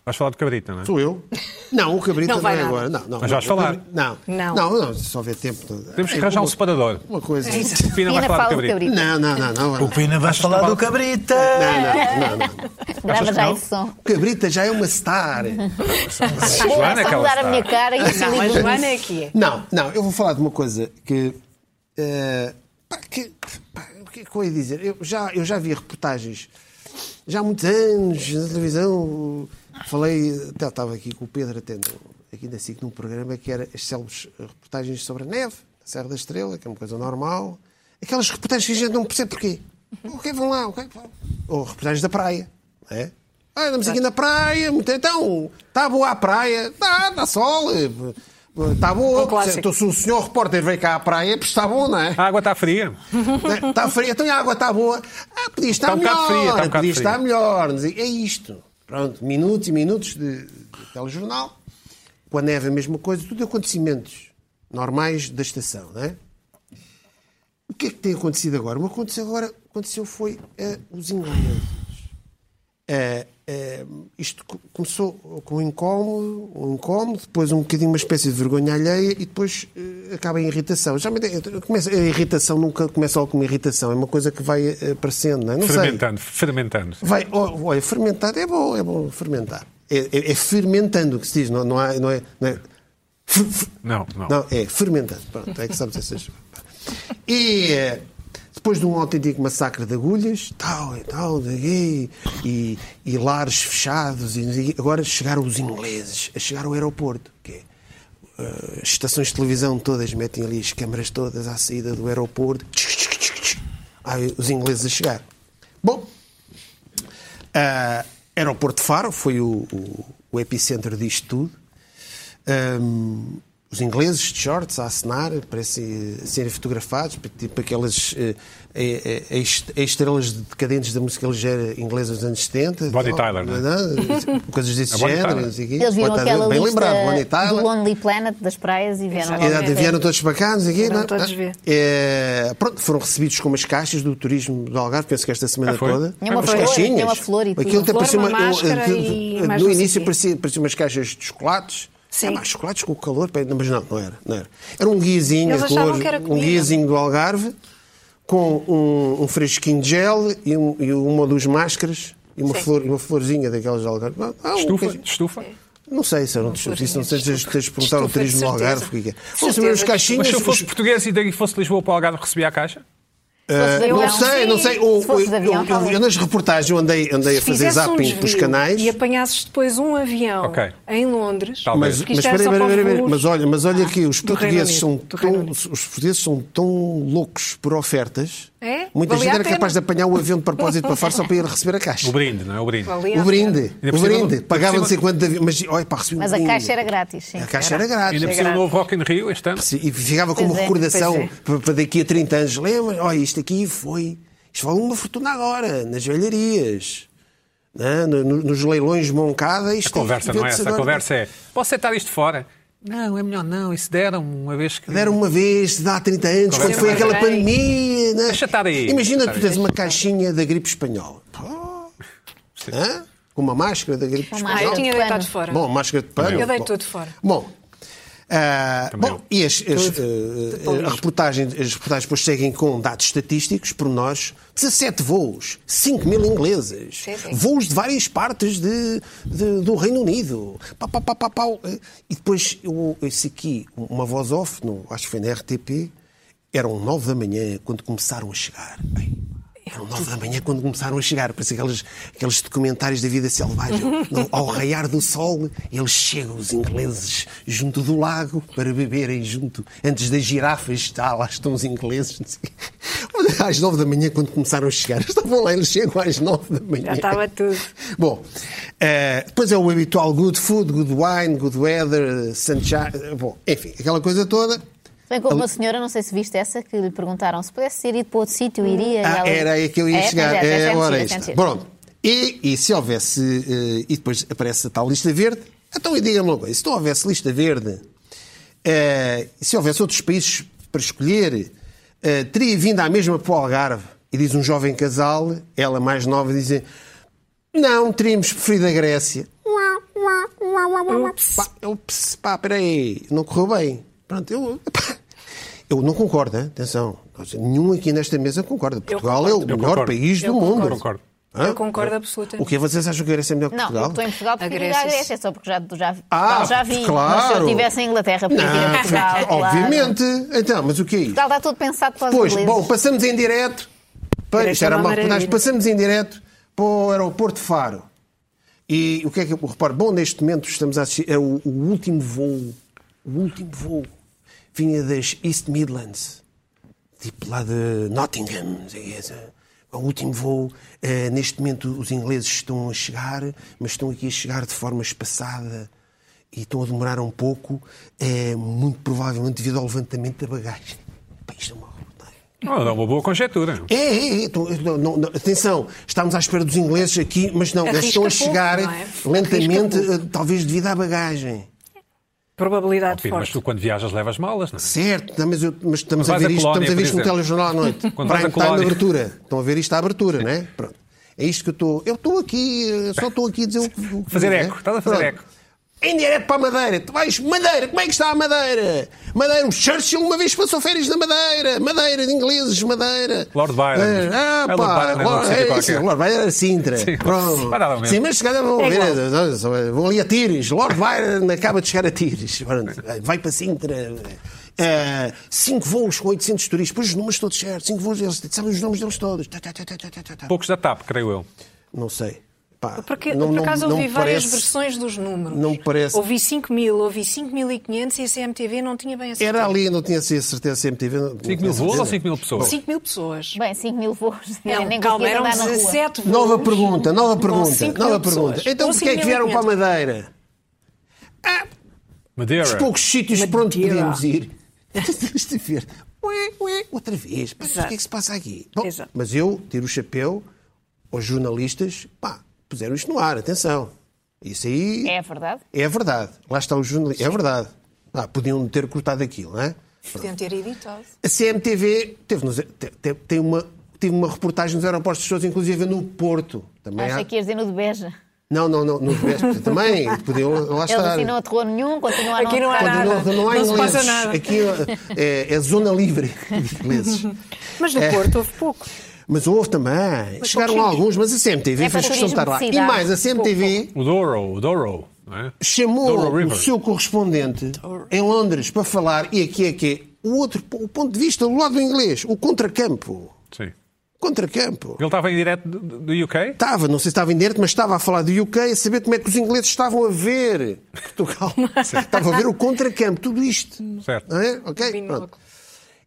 A: vais falar do cabrito, não é?
B: Sou eu? Não, o Cabrita
D: Não
B: não,
D: vai
B: é
D: nada.
B: agora. Não, não,
A: Mas
B: não,
A: vais falar.
B: o Cabrita- Não.
D: Não.
B: não, não, se houver tempo. É
A: Temos que arranjar um separador.
B: Uma coisa.
A: Pina,
C: Pina
A: vai falar
C: fala
A: do
C: do
A: cabrito.
C: cabrito.
B: Não, não, não, não.
E: O Pina vai falar do Cabrita.
B: Não, não, não, não.
C: Grava
A: Achas que
C: já
A: não?
C: esse som.
B: O Cabrita já é uma star.
A: Joana
C: Era
A: é que
C: só
A: ela
C: mudar a
A: está.
C: minha cara e se
D: Não, a
C: ligam.
D: Joana é que é.
B: Não, não, eu vou falar de uma coisa que. eh, pá, que, pá, o que é que eu ia dizer? Eu já, eu já vi reportagens, já há muitos anos, na televisão. Falei, até estava aqui com o Pedro, até no- aqui na SIC, num programa que era as célebres reportagens sobre a neve, na Serra da Estrela, que é uma coisa normal. Aquelas reportagens que a gente não percebe porquê.
D: Uhum.
B: O que vão lá? O que Ou reportagens da praia, não é? Ah, andamos aqui na praia, muito- então, está boa a praia, está, está sol, eh, está boa.
D: Um clássico.
B: Então, se o senhor repórter veio cá à praia, pois está bom, não é?
A: A água está fria.
B: Está fria, então a água está boa. Ah, podia
A: Está
B: estar
A: um bocado
B: melhor,
A: fria, está um bocado
B: podia
A: fria.
B: estar melhor. Não sei, É isto. Pronto, minutos e minutos de, de telejornal. Com a neve a mesma coisa, tudo acontecimentos normais da estação, não é? O que é que tem acontecido agora? O que aconteceu agora aconteceu foi eh, os ingleses. Eh, eh, isto co- começou com um incómodo, um incómodo, depois um bocadinho uma espécie de vergonha alheia e depois eh, acaba em irritação. Já me dei- eu começo- a irritação nunca começa logo com uma irritação, é uma coisa que vai eh, aparecendo, não é? Não sei.
A: Fermentando, fermentando.
B: Vai, ó, olha, fermentar é bom, é bom fermentar. É, é- é fermentando que se diz, não, não, há, não é. Não é f- f-
A: Não, não.
B: não, é fermentante. Pronto, é que sabes essas. E eh, depois de um autêntico massacre de agulhas, tal e tal, e, e, e lares fechados, e, não sei o quê, agora chegaram os ingleses a chegar ao aeroporto, que é, eh, as estações de televisão todas metem ali as câmaras todas à saída do aeroporto. Aí os ingleses a chegar. Bom, ah, aeroporto de Faro foi o, o- o epicentro disto tudo. Ahm, os ingleses de shorts a assinar, parecem eh, serem fotografados, tipo aquelas eh, eh, eh, est- estrelas decadentes da música ligeira inglesa dos anos 70.
A: Bonnie
B: Oh,
A: Tyler, não é?
B: não, coisas desse
A: A Bonnie
B: género.
A: Tyler.
B: não sei o quê.
C: Eles viram
B: Bonnie Tyler,
C: aquela
B: tá bem lembrado, Bonnie
C: lista do
B: Tyler.
C: Lonely Planet das praias e vieram logo
B: Exato,
C: ver.
B: vieram todos para cá, não sei o quê,
D: Vieram
B: não é?
D: todos ver.
B: É, pronto, foram recebidos com umas caixas do turismo do Algarve, penso que esta semana
A: Ah, foi?
B: toda.
C: Tinha uma
B: Umas
C: flor,
B: caixinhas.
C: tinha uma flor e tudo.
B: Aquilo até
D: Uma
B: parecia
D: flor, uma
B: eu-
D: máscara e mais
B: No
D: não sei
B: início
D: quê.
B: parecia, parecia umas caixas de chocolates.
D: Sim.
B: Ah, mas chocolates com calor, pá, mas não, não era, não era. Era um guiazinho,
D: Eles
B: a
D: achavam
B: cores,
D: que era
B: um
D: comida.
B: guiazinho do Algarve, com um, um fresquinho de gel e, um- e uma dos máscaras e uma,
D: Sim.
B: flor, e uma florzinha daquelas de Algarve. Ah, um
A: Estufa,
B: queijo-
A: estufa.
B: Não sei, se eu não te isso não sei se tens de perguntar ao
D: Desculpa, de
B: turismo do
D: certeza.
B: Algarve. o que é que é.
D: De
B: Ou se
D: certeza.
B: os caixinhas.
A: Mas se eu fosse
B: os-
A: português e daqui fosse de Lisboa para o Algarve, recebia a caixa?
C: Se fosse de
B: eh, Não
C: avião,
B: sei, não
C: um sim.
B: sei. Ou-
C: Se fosse de
B: eu-
C: avião,
B: eu- Eu
C: talvez.
B: nas reportagens eu andei, andei a fazer
D: fizesse um
B: zapping
D: desvio
B: pelos canais.
D: E apanhasses depois um avião
A: Ok.
D: em Londres.
A: Talvez.
B: Mas,
D: porque
B: mas,
D: isto era
B: espera,
D: só
B: espera,
D: para os
B: espera, espera.
D: voos.
B: mas olha, mas olha aqui, os
D: do Reino
B: portugueses, são
D: Unido, do Reino
B: tão,
D: Unido.
B: os portugueses são tão loucos por ofertas.
D: É?
B: Muita
D: Valia
B: gente
D: a
B: era
D: pena.
B: capaz de apanhar o avião de propósito para fora só para ir receber a caixa.
A: O brinde, não é? O brinde.
D: Valia a
B: O brinde,
A: Ainda
B: o
A: por cima-
B: brinde. Pagavam não sei quanto de avião, mas olha, pá, recebi um
C: Mas a
B: brinde.
C: caixa era grátis, sim.
B: A caixa era é grátis.
A: Ainda por cima o
D: grátis.
A: novo Rock in Rio este ano.
B: Sim, E ficava como
C: Pois é,
B: recordação
C: pois é.
B: para- para daqui a 30 anos. Lembra? Olha, isto aqui foi. Isto vale uma fortuna agora, nas velharias, né? No- no- nos leilões de Moncada. Isto
A: A conversa não é
B: vende-se
A: essa. A
B: agora.
A: conversa é: posso aceitar isto fora? Não, é melhor não. Isso deram uma vez que.
B: Deram uma vez, dá há 30 anos, quando
A: Conversa
B: foi
A: mais
B: aquela
D: grande.
B: pandemia. Né?
A: Deixa estar aí.
B: Imagina
A: Deixa
B: tu
A: estar
B: tens uma caixinha da gripe espanhola. Pô, hã? Com uma máscara da gripe
C: Uma
D: Ah,
B: espanhola.
D: eu
C: máscara.
D: tinha
C: um Plano.
D: deitado fora.
B: Bom, máscara de pano.
D: Eu dei
B: Bom.
D: tudo fora.
B: Bom, ah,
A: Também
B: bom
A: eu.
B: e as, as, eh, a reportagem, as reportagens depois seguem com dados estatísticos, pormenores, 17 voos, 5 mil ingleses,
D: Sim, sim.
B: voos de várias partes de, de- do Reino Unido. Pá, pá, pá, pá, pá. E depois, eu, esse aqui, uma voz off, no, acho que foi na RTP, eram 9 da manhã quando começaram a chegar. Ai, eram 9 da manhã quando começaram a chegar. Parece aqueles, aqueles documentários da vida selvagem. No- ao raiar do sol, eles chegam, os ingleses, junto do lago para beberem junto. Antes das girafas, tá, lá estão os ingleses. não sei o quê. Olha, Às 9 da manhã quando começaram a chegar. Estavam lá, eles chegam às 9 da manhã.
D: Já estava tudo.
B: Bom, eh, depois é o habitual good food, good wine, good weather, sunshine. eh, Bom, enfim, aquela coisa toda.
C: Bem
B: Então,
C: como uma senhora, não sei se viste essa, que lhe perguntaram se pudesse ter ido para outro sítio, iria. e
B: Ah,
C: ela-
B: era aí que eu ia
C: É, mas
B: chegar.
C: essa-
B: É,
C: essa é
B: ora,
C: mentira,
B: isto.
C: essa é mentira.
B: Pronto. E, e se houvesse. eh, e depois aparece a tal lista verde. Então, e diga-me uma coisa: se não houvesse lista verde, eh, e se houvesse outros países para escolher, eh, teria vindo à mesma para o Algarve? E diz um jovem casal, ela mais nova, dizem: Não, teríamos preferido a Grécia. Pá, eu, ps, pá, peraí, não correu bem. Pronto, eu. pá, eu não concordo, hein? atenção. Nenhum aqui nesta mesa concorda. Portugal é o
A: Eu
B: melhor
A: concordo.
B: país
D: Eu
B: do mundo.
A: Eu concordo.
B: Hã?
D: Eu concordo absolutamente.
B: O que vocês acham que era ser melhor que
C: Não, eu
B: Portugal?
C: estou em Portugal porque queria ir à
D: Agressas.
C: Grécia, só porque já, já,
B: Ah,
C: não, já vi.
B: claro.
C: Mas se eu estivesse em Inglaterra, podia ir a
B: Não,
C: Portugal. claro.
B: obviamente. Então, mas o que é isto?
C: Portugal é um está todo pensado para os
B: Pois,
C: ingleses.
B: bom, passamos em direto. Para,
D: Parece
B: isto era
D: uma
B: uma reportagem.
D: maravilha.
B: Passamos em direto para o aeroporto de Faro. E o que é que eu reparo? Bom, neste momento estamos a assistir. É o, o último voo. O último voo. Vinha das East Midlands. Tipo lá de Nottingham. não sei o quê. É o último voo. Eh, neste momento os ingleses estão a chegar, mas estão aqui a chegar de forma espaçada. E estão a demorar um pouco, eh, muito provavelmente devido ao levantamento da bagagem. Pá, isto é uma reportagem.
A: Não, dá uma boa conjetura.
B: É, é, é. tu- não, não, não, atenção, estamos à espera dos ingleses aqui, mas não, eles estão a
D: Arrisca pouco,
B: chegar
D: não é?
B: lentamente,
D: Arrisca
B: eh, talvez devido à bagagem.
D: Probabilidade
A: Filho, mas
D: forte.
A: tu quando viajas levas malas, não é?
B: Certo, não, mas, eu- mas estamos a
A: vais
B: ver
A: à
B: isto,
A: Colónia,
B: estamos a ver
A: por
B: isto no
A: exemplo.
B: telejornal à noite.
A: Quando vais à
B: Prime time
A: Colónia.
B: abertura. Estão a ver isto à abertura, não é? Pronto. É isto que eu estou. Eu estou aqui, eh, só estou aqui a dizer o que. o que-
A: Fazer
B: não é?
A: eco, estás a fazer eco.
B: Em direto para a Madeira, tu vais, Madeira, como é que está a Madeira? Madeira, o Churchill uma vez passou férias na Madeira, Madeira de ingleses, Madeira.
A: Lord Byron.
B: Eh, Ah,
A: É,
B: pá,
A: Lord Byron, é
B: Lord-
A: outro sítio
B: é,
A: qualquer.
B: sim, Lord Byron era Sintra.
A: Sim.
B: Pronto.
A: Vai dar um ao mesmo.
B: Sim, mas se calhar vão
D: É
B: ver,
D: igual.
B: olha só, vão ali a Tires. Lord Byron acaba de chegar a Tires. Pronto, Vai para Sintra. Eh, cinco voos com 800 turistas. Pois os números todos certos. Cinco voos, eles sabem os nomes deles todos. Tá, tá, tá, tá, tá, tá, tá.
A: Poucos da TAP, creio eu.
B: Não sei. Pá,
D: Porque,
B: não-
D: por
B: não-
D: acaso
B: não
D: ouvi
B: me
D: várias
B: parece-
D: versões dos números.
B: não me parece.
D: Ouvi 5 mil, ouvi 5.500 e a CMTV não tinha bem
B: Era
D: acertado.
B: ali, não tinha certeza se MTV.
A: 5 mil voos ou 5 mil pessoas?
D: 5 mil pessoas.
C: Bem, 5 mil voos.
D: Não,
C: Nem
D: calma,
C: conseguias
D: eram
C: andar na rua.
D: 17 voos.
B: Nova pergunta, nova
D: com
B: pergunta,
D: 5
B: nova
D: mil
B: pergunta.
D: pessoas.
B: Então
D: Ou
B: porquê é que vieram para a
D: 5.500?
B: Madeira? Os
A: Madeira.
B: poucos sítios para onde
D: Madeira.
B: podíamos ir. Estás a ver? Ué, ué, outra vez. Mas o que é que se passa aqui? Bom,
D: Exato.
B: mas eu tiro o chapéu aos jornalistas, pá, puseram isto no ar, atenção. Isso aí
C: É verdade.
B: é verdade. Lá está o jornalista, é verdade. Ah, podiam ter cortado aquilo, não é?
D: Podiam ter editado.
B: A CMTV teve, nos- te- te- tem uma, teve uma reportagem nos aeroportos de Sousa, inclusive no Porto. Também há-
C: Acho que é? ias dizer no de Beja.
B: Não, não, não, no Vespa também. Podiam lá
C: Eles
B: estar.
C: assim não aterrou nenhum, continuaram
D: Aqui não há
C: aterrar.
D: nada.
B: Não, não há
D: Não se
B: ingleses.
D: passa nada.
B: Aqui é, é zona livre de ingleses.
D: Mas no Porto houve pouco.
B: Mas houve também. Chegaram alguns, mas a CMTV
C: É para
B: fez questão de estar lá.
C: turismo de
B: E mais, a
C: cidade.
B: CMTV
A: O Douro, o Douro. não é? Dora
B: chamou
A: River.
B: o seu correspondente em Londres para falar, e aqui é que é o outro o ponto de vista, do lado inglês, o contracampo.
A: Sim.
B: Contracampo.
A: Ele estava em direto do, do UK?
B: Estava, não sei se estava em direto, mas estava a falar do UK, a saber como é que os ingleses estavam a ver Portugal. Estava a ver o contracampo, tudo isto.
A: Certo.
B: Não é? Ok?
D: Binóculo.
B: Pronto.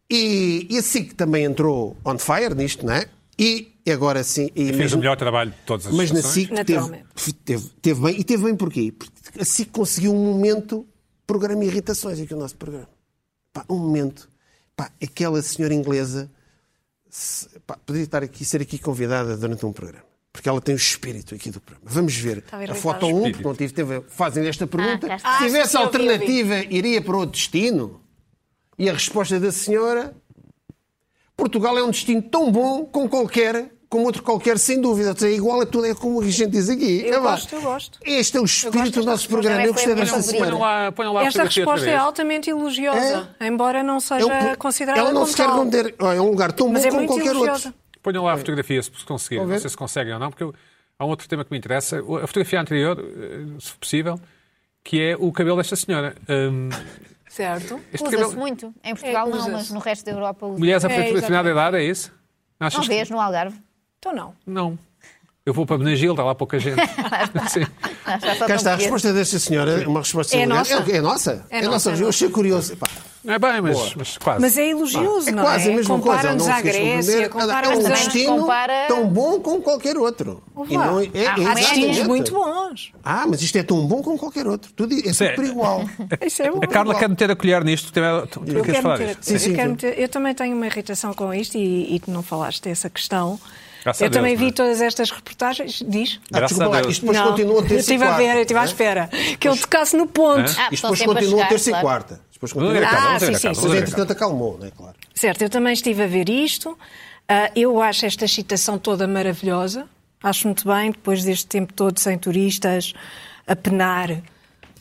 B: E, e a SIC também entrou on fire nisto, não é? E agora sim. e
A: Fez o
B: mesmo-
A: melhor trabalho de todas as
B: Mas na
A: estações.
B: SIC teve, teve, teve bem. E teve bem porquê? Porque a SIC conseguiu um momento, programa Irritações, aqui o nosso programa. Pá, um momento. Pá, aquela senhora inglesa se- pá, poderia estar aqui, ser aqui convidada durante um programa. Porque ela tem o espírito aqui do programa. Vamos ver
D: Estava
B: a
D: irritada.
B: foto 1, porque não tive, teve, fazem esta pergunta.
C: cá está.
B: Se
D: Ah,
B: tivesse
D: sim, eu vi, eu vi.
B: alternativa, iria para outro destino? E a resposta da senhora Portugal é um destino tão bom como qualquer, como outro qualquer, sem dúvida. Ou seja, É igual a tudo, é como a gente diz aqui.
D: Eu
B: É lá.
D: gosto, eu gosto.
B: Este é o espírito do nosso programa.
C: Também
B: Eu gostei
C: foi a
B: desta
C: minha
B: semana.
A: Ponham lá, ponham lá a
D: Esta
A: fotografia
D: resposta é
A: outra
D: altamente elogiosa, embora não
B: É
D: seja
B: um-
D: considerada
B: Ela não
D: como
B: se quer
D: tal.
B: conter. É um lugar tão bom
D: Mas é
B: como
D: muito
B: qualquer
D: elogiosa.
B: outro.
A: vez. Ponham lá a fotografia se conseguirem.
B: Vamos ver.
A: Não sei se conseguem ou não, porque eu- há um outro tema que me interessa. A fotografia anterior, eh, se possível, que é o cabelo desta senhora. Hum,
D: Certo.
A: este
C: Usa-se
A: cabelo.
C: muito. Em Portugal não,
D: usa-se.
C: mas no resto da Europa usa.
A: Mulheres a
D: É,
A: partir de determinada idade, é isso? Achas
C: Não
A: que-
C: vês no Algarve.
D: Então não.
A: Não. Eu vou para Benagil, está lá pouca gente. Sim.
C: Ah, já só
B: Cá está a
C: estão portugueses.
B: resposta desta senhora. é Uma resposta
D: É
B: elegante.
D: nossa.
B: É, é nossa.
D: É
B: É
D: nossa,
B: nossa.
D: é
B: Eu
D: nossa.
B: achei curioso. Epá,
A: Não é bem, mas, mas quase.
D: Mas é elogioso,
B: é
D: não
B: quase
D: é?
B: a mesma coisa.
D: Compara-nos
B: não
D: à
B: se queres
D: Grécia,
B: compreender. Ela
D: compara-nos
B: É um
D: a...
C: Mas também
B: destino
C: compara-
B: tão bom como qualquer outro.
D: Ouve
B: E
D: lá.
B: não é,
C: Há
D: Há
C: Exatamente.
D: destinos
B: exatamente.
D: muito bons.
B: Ah, mas isto é tão bom como qualquer outro. Tudo é sempre igual.
D: Isso é bom.
A: A Carla quer meter a colher nisto. Também, ela- tu- tu
D: Eu,
A: queres
D: quero
A: falar
D: meter,
A: disto?
B: Sim, sim,
D: eu, quero
B: sim.
D: meter- eu também tenho uma irritação com isto e, e tu não falaste dessa questão.
A: Graças a
D: eu
A: Deus,
D: também vi
A: não é?
D: todas estas reportagens. Diz?
B: Ah,
A: Graças
B: desculpa
A: a
B: lá,
A: Deus.
B: isto depois
D: não,
B: continua a
D: eu
B: terça e
D: estive a
B: quarta,
D: ver, eu estive à
B: não é?
D: espera que ele tocasse no ponto.
A: É?
C: Ah,
B: Isto
C: só
B: depois
C: tempo a
B: continua
C: chegar,
B: terça e
C: claro.
B: quarta. Isto Depois
A: Vamos
B: continua
A: ver,
D: Ah,
A: Carla, vamos ver,
D: sim, sim,
A: Carla,
D: sim.
A: vamos
B: Mas
A: ver,
B: entretanto acalmou, não é claro?
D: Certo, eu também estive a ver isto. Ah, eu acho esta excitação toda maravilhosa. Acho muito bem, depois deste tempo todo sem turistas, a penar.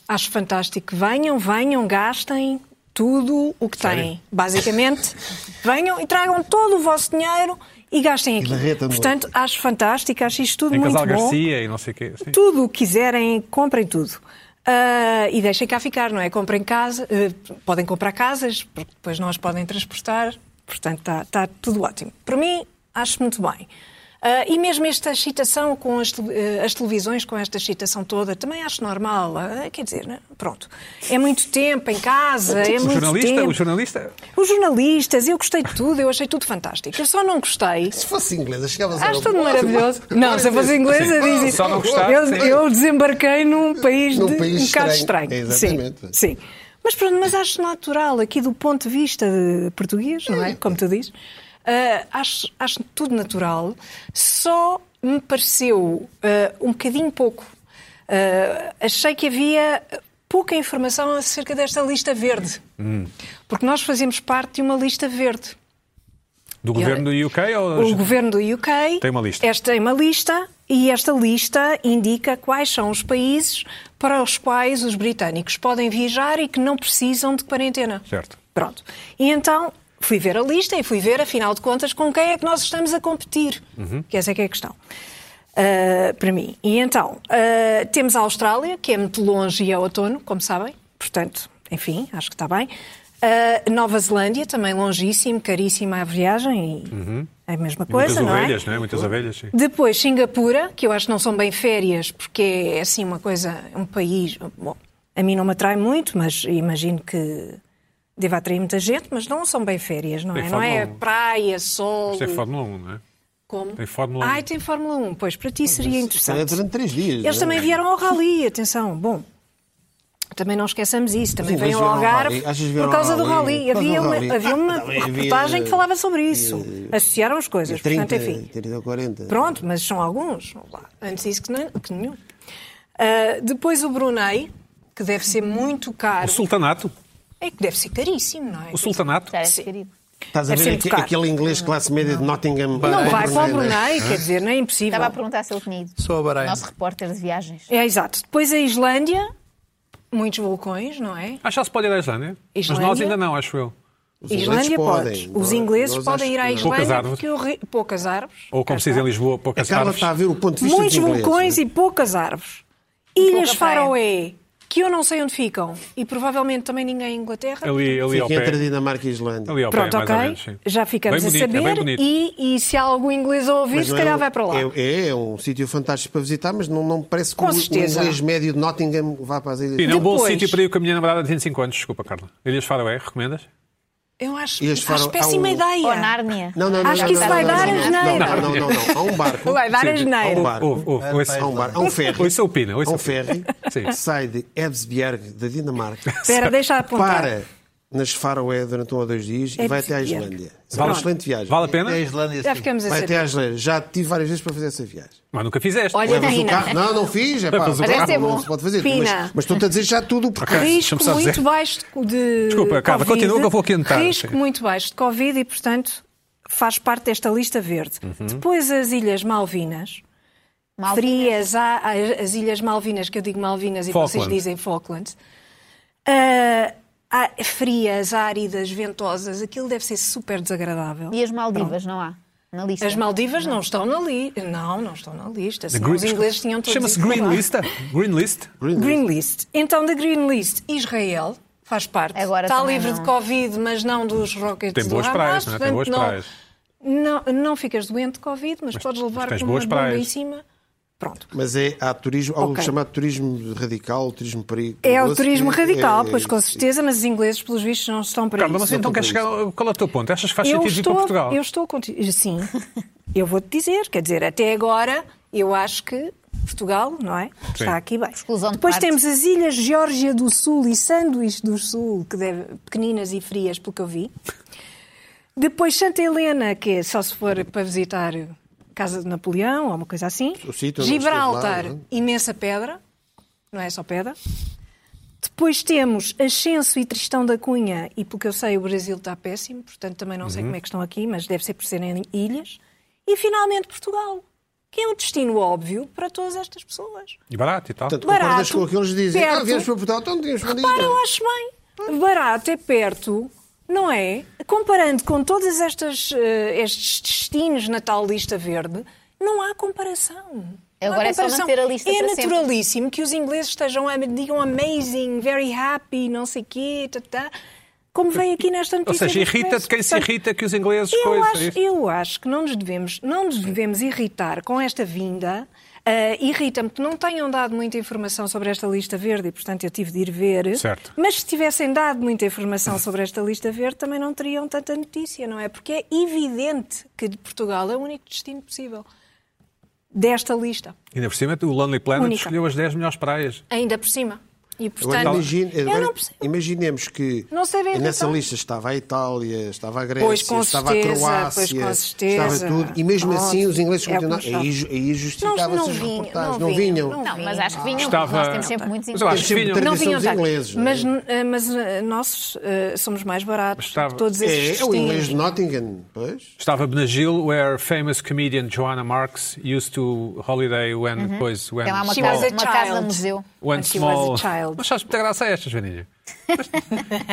D: Acho fantástico que venham, venham, gastem tudo o que têm, basicamente. venham e tragam todo o vosso dinheiro e gastem aqui.
B: derretam-no.
D: Portanto, acho fantástico, acho isto tudo
A: Em
D: muito
A: Casal
D: bom.
A: Garcia e não sei o quê. Sim.
D: Tudo o que quiserem, comprem tudo. Ah, e deixem cá ficar, não é? Comprem casa, eh, podem comprar casas, porque depois não as podem transportar. Portanto, está tudo ótimo. Para mim, acho muito bem. Ah, e mesmo esta excitação com as, tele- eh, as televisões, com esta excitação toda, também acho normal. Ah, quer dizer, né? pronto. É muito tempo em casa, é
A: O
D: muito
A: jornalista,
D: tempo.
A: o jornalista.
D: Os jornalistas, eu gostei de tudo, eu achei tudo fantástico. Eu só não gostei
B: Se fosse inglesa, chegavas
D: Acho tudo maravilhoso. Não, se eu fosse inglesa,
A: Sim.
D: diz isso.
A: Só não gostar,
D: eu,
A: sim.
D: eu desembarquei num país,
B: Num
D: de-
B: país
D: um bocado
B: estranho.
D: estranho.
B: Exatamente.
D: Sim, sim. Mas pronto, mas acho natural, aqui do ponto de vista de português, não é? Como tu dizes, ah, acho, acho tudo natural. Só me pareceu ah, um bocadinho pouco. Ah, achei que havia pouca informação acerca desta lista verde.
A: Hum.
D: Porque nós fazemos parte de uma lista verde.
A: Do governo do UK ou.
D: O governo do é UK
A: Tem uma lista.
D: Esta, tem uma lista e esta lista indica quais são os países para os quais os britânicos podem viajar e que não precisam de quarentena.
A: Certo.
D: Pronto. E então fui ver a lista e fui ver, afinal de contas, com quem é que nós estamos a competir.
A: Uhum.
D: Que essa é que é a questão. ah, para mim. E então, ah, temos a Austrália, que é muito longe e é outono, como sabem. Portanto, enfim, acho que está bem. Ah, Nova Zelândia, também longíssimo, caríssima a viagem e é a mesma coisa,
A: Uhum. Muitas
D: não é?
A: ovelhas, não é? Muitas ovelhas, sim.
D: Depois, Singapura, que eu acho que não são bem férias, porque é assim uma coisa, um país. Bom, a mim não me atrai muito, mas imagino que deva atrair muita gente, mas não são bem férias, não
A: Tem
D: é? Não é
A: Fórmula um.
D: praia, sol.
A: Isto é Fórmula 1, não é?
D: como?
A: tem Fórmula um.
D: Ai, tem Fórmula 1. Pois, para ti seria
B: É
D: interessante.
B: durante três dias.
D: Eles
B: não é?
D: também vieram ao Rally, atenção. Bom, também não esqueçamos isso. Também
B: ingleses
D: vêm
B: vieram
D: ao
B: ao
D: Algarve
B: Rally. Achas
D: por
B: vieram
D: causa
B: ao
D: do
B: Rally?
D: Rally.
B: Por causa do
D: Havia uma,
B: Rally.
D: havia uma
B: Ah, havia- eh,
D: reportagem que falava sobre isso. Associaram as coisas. Portanto,
B: 30,
D: enfim.
B: 30 ou 40.
D: Pronto, mas são alguns. Vamos lá. Antes disso que, nem- que nenhum. Ah, depois o Brunei, que deve ser muito
A: O
D: caro.
A: sultanato.
D: É que deve ser caríssimo, não é?
A: O sultanato.
C: Já é
D: Sim.
C: querido.
B: Estás a
D: Deve ser
B: ver
D: muito
B: aque-
D: caro.
B: aquele inglês classe média de Nottingham.
D: Não vai
B: Brunei,
D: para o
B: não é?
D: Brunei, quer dizer, não é impossível.
C: Estava a perguntar se ele tinha ido.
E: Só a Bahrein.
C: Nosso repórter de viagens.
D: É exato. Depois a Islândia, muitos vulcões, não é?
A: Ah, já se pode ir à Islândia? Mas
D: Islândia?
A: nós ainda não, acho eu.
B: Os ingleses
D: Islândia
B: podem.
D: podes. Os ingleses
B: Nós
D: podem
B: acho
D: ir à
B: que não.
A: Poucas
D: Islândia
A: árvores.
D: porque o ri- poucas árvores.
A: Ou como
D: Cá
A: se diz em
D: está.
A: Lisboa,
B: A
A: poucas
B: Carla
A: árvores.
B: está a ver o ponto de vista
D: Muitos
B: dos ingleses. é?
D: vulcões e poucas árvores. Ilhas
C: pouca praia.
D: Faroé, que eu não sei onde ficam, e provavelmente também ninguém em Inglaterra.
A: Ali, ali ao
B: Fica
A: pé.
B: entre Dinamarca e Islândia.
A: Ali ao
D: Pronto,
A: pé, mais
D: ok.
A: ou menos. sim.
D: Já ficamos
A: Bem bonito,
D: a
A: É bem
D: saber.
A: bonito.
D: e, e se há algum inglês a ouvir,
B: Mas
D: se
B: não
D: calhar
B: é um-
D: vai para lá.
B: É, é, é um sítio fantástico para visitar, mas não, não parece que
D: Com
B: o, o
D: certeza.
B: inglês médio de Nottingham vá para as ilhas.
A: Sim, é um bom
D: Depois-
A: sítio para ir com a minha namorada de 25 anos. Desculpa, Carla. Ilhas Faroé, recomendas?
D: Eu acho,
B: Ilhas
D: acho
B: Faroé,
D: péssima
B: há um-
D: ideia.
C: Ou Nárnia.
B: Não, não, não,
D: Acho
B: não,
D: que isso
B: não,
D: vai
B: não,
D: dar
B: não,
D: asneira.
B: Não, não, não, não. Há um barco.
D: Vai dar é?
A: Sim,
D: asneira.
B: há um bar.
A: Ouve, ouve,
E: Era
A: ouça-
E: para
B: Há um bar, há um ferry.
A: Ouça o Pina, ouça
B: Há
A: o
B: um ferry
A: Sim.
B: que sai de Edsbjerg, da Dinamarca,
D: Espera, deixa apontar.
B: para nas Faroé durante um ou dois dias e vai até à
D: Edsbjerg.
B: Islândia. Vale, uma excelente viagem.
A: Vale a pena?
E: É a Islândia.
D: Já
E: sim.
D: ficamos a
B: Vai até
D: saber.
B: à Islândia. Já tive várias vezes para fazer essa viagem.
A: Mas nunca fizeste.
C: Olha,
A: Levas-
B: Levas o
C: Pina.
B: carro? Não, não fiz. É pá,
A: Mas
B: não,
A: deve
C: ser
B: não
C: bom.
B: se pode fazer.
D: Pina.
B: Mas, mas estou-te a dizer já tudo. Porque...
D: Risco
A: Deixa-me só
D: muito
A: dizer.
D: baixo de.
A: Desculpa, Carla,
D: Covid.
A: continua que eu vou quentar.
D: Risco
A: Sim.
D: muito baixo de Covid e, portanto, faz parte desta lista verde.
A: Uhum.
D: Depois as Ilhas Malvinas.
C: Malta.
D: Frias, há há as Ilhas Malvinas, que eu digo Malvinas e vocês
A: Falkland.
D: dizem Falkland. Ah, há frias, áridas, ventosas, aquilo deve ser super desagradável.
C: E as Maldivas, não há? Na lista.
D: As Maldivas não estão na lista. Não, não estão na lista.
A: é The
D: senão
A: Green-
D: Os ingleses tinham todos
A: Chama-se
D: ido para
A: Green
D: lá.
A: List? Green List?
D: Green List. Então, da Green List, Israel faz parte.
C: Agora
D: Está
C: também
D: livre
C: não.
D: de Covid, mas não dos rockets
A: Tem
D: do
A: boas
D: Hamas,
A: praias, não é? Tem
D: portanto,
A: boas
D: não-
A: praias.
D: Não, não ficas doente de Covid, mas, podes levar
A: tens
D: com uma
A: boas
D: bomba
A: praias.
D: em cima. Pronto.
B: Mas é, há turismo, há
D: Ok.
B: o chamado turismo radical, o turismo perigo. é
D: É o turismo radical, pois com certeza, mas os ingleses, pelos vistos, não estão para
A: Carla,
D: isso.
A: mas então queres chegar. Qual é o teu ponto? Achas que faz
D: eu
A: sentido ir para
D: estou,
A: Portugal?
D: eu estou contigo. Sim, eu vou-te dizer, quer dizer, até agora eu acho que Portugal, não é? Está aqui bem.
C: Exclusão de
D: Depois
C: parte.
D: temos as ilhas Geórgia do Sul e Sanduíche do Sul, que deve, pequeninas e frias, pelo que eu vi. Depois Santa Helena, que é só se for para visitar a Casa de Napoleão ou uma coisa assim.
B: O sítio onde ele esteve lá,
D: Gibraltar,
B: não
D: imensa pedra, não é só pedra. Depois temos Ascenso e Tristão da Cunha, e pelo que eu sei, o Brasil está péssimo, portanto também não
B: Uhum.
D: sei como é que estão aqui, mas deve ser por serem ilhas. E finalmente Portugal, que é o destino óbvio para todas estas pessoas.
A: E barato e tal.
B: Portanto,
D: Barato,
B: concordas com o que eles dizem?
D: perto.
B: Ah, viemos para Portugal, então tínhamos para
D: Repara, eu acho bem. Barato é perto, não é? Comparando com todos estas, eh, estes destinos na tal lista verde, não há comparação. Não há
C: Agora é só
D: comparação.
C: manter a lista
D: É
C: para sempre.
D: naturalíssimo que os ingleses estejam a digam amazing, very happy, não sei quê, tá, tá, como veio aqui nesta
A: Ou
D: notícia.
A: seja,
D: do
A: irrita-te
D: Expresso.
A: quem se
D: Portanto,
A: irrita que os ingleses.
D: eu
A: coisa, é
D: acho,
A: isso?
D: eu acho que não nos devemos, não nos devemos irritar com esta vinda. Ah, Irrita-me que não tenham dado muita informação sobre esta lista verde e, portanto, eu tive de ir ver.
A: Certo.
D: Mas se tivessem dado muita informação sobre esta lista verde, também não teriam tanta notícia, não é? Porque é evidente que de Portugal é o único destino possível desta lista,
A: Ainda por cima, o Lonely Planet
D: Única.
A: escolheu as 10 melhores praias.
D: ainda por cima. E,
B: Agora,
D: portanto,
B: imagine-
D: eu
B: agora
D: não percebo.
B: imaginemos que
D: Não sei bem a
B: nessa
D: razão.
B: lista estava a Itália, estava a Grécia,
D: Pois, com
B: estava
D: certeza,
B: a Croácia,
D: pois, com certeza.
B: estava tudo, e mesmo
D: Pronto.
B: assim os ingleses
D: É o que
B: continuavam.
D: nos
B: Aí, ju- aí
D: Não, não
B: justificava-se os
D: vinham,
B: reportagens,
D: não
B: não vinham.
D: vinham,
C: Não, mas acho que vinham,
A: Estava-
C: porque nós temos sempre muitos
A: Mas eu acho
B: Temos
C: ingleses.
B: sempre
A: vinham.
B: tradição
D: Não vinham
B: dos
D: tanto.
B: ingleses. não é?
D: Mas, eh, mas eh, nós eh, somos mais
A: Mas
D: baratos
A: estava-
D: que todos
B: é,
D: esses
B: é o inglês de
D: destinos.
B: Nottingham, pois.
A: Estava Benagil, where famous comedian Joanna Marks used to holiday when depois when
C: Uhum. Tem lá uma
D: She was
A: small,
D: a
C: casa, uma casa
D: child.
C: museu.
A: when
D: And she
A: small.
D: was a child.
A: Mas sabes muita graça a esta, Joaninha? Mas-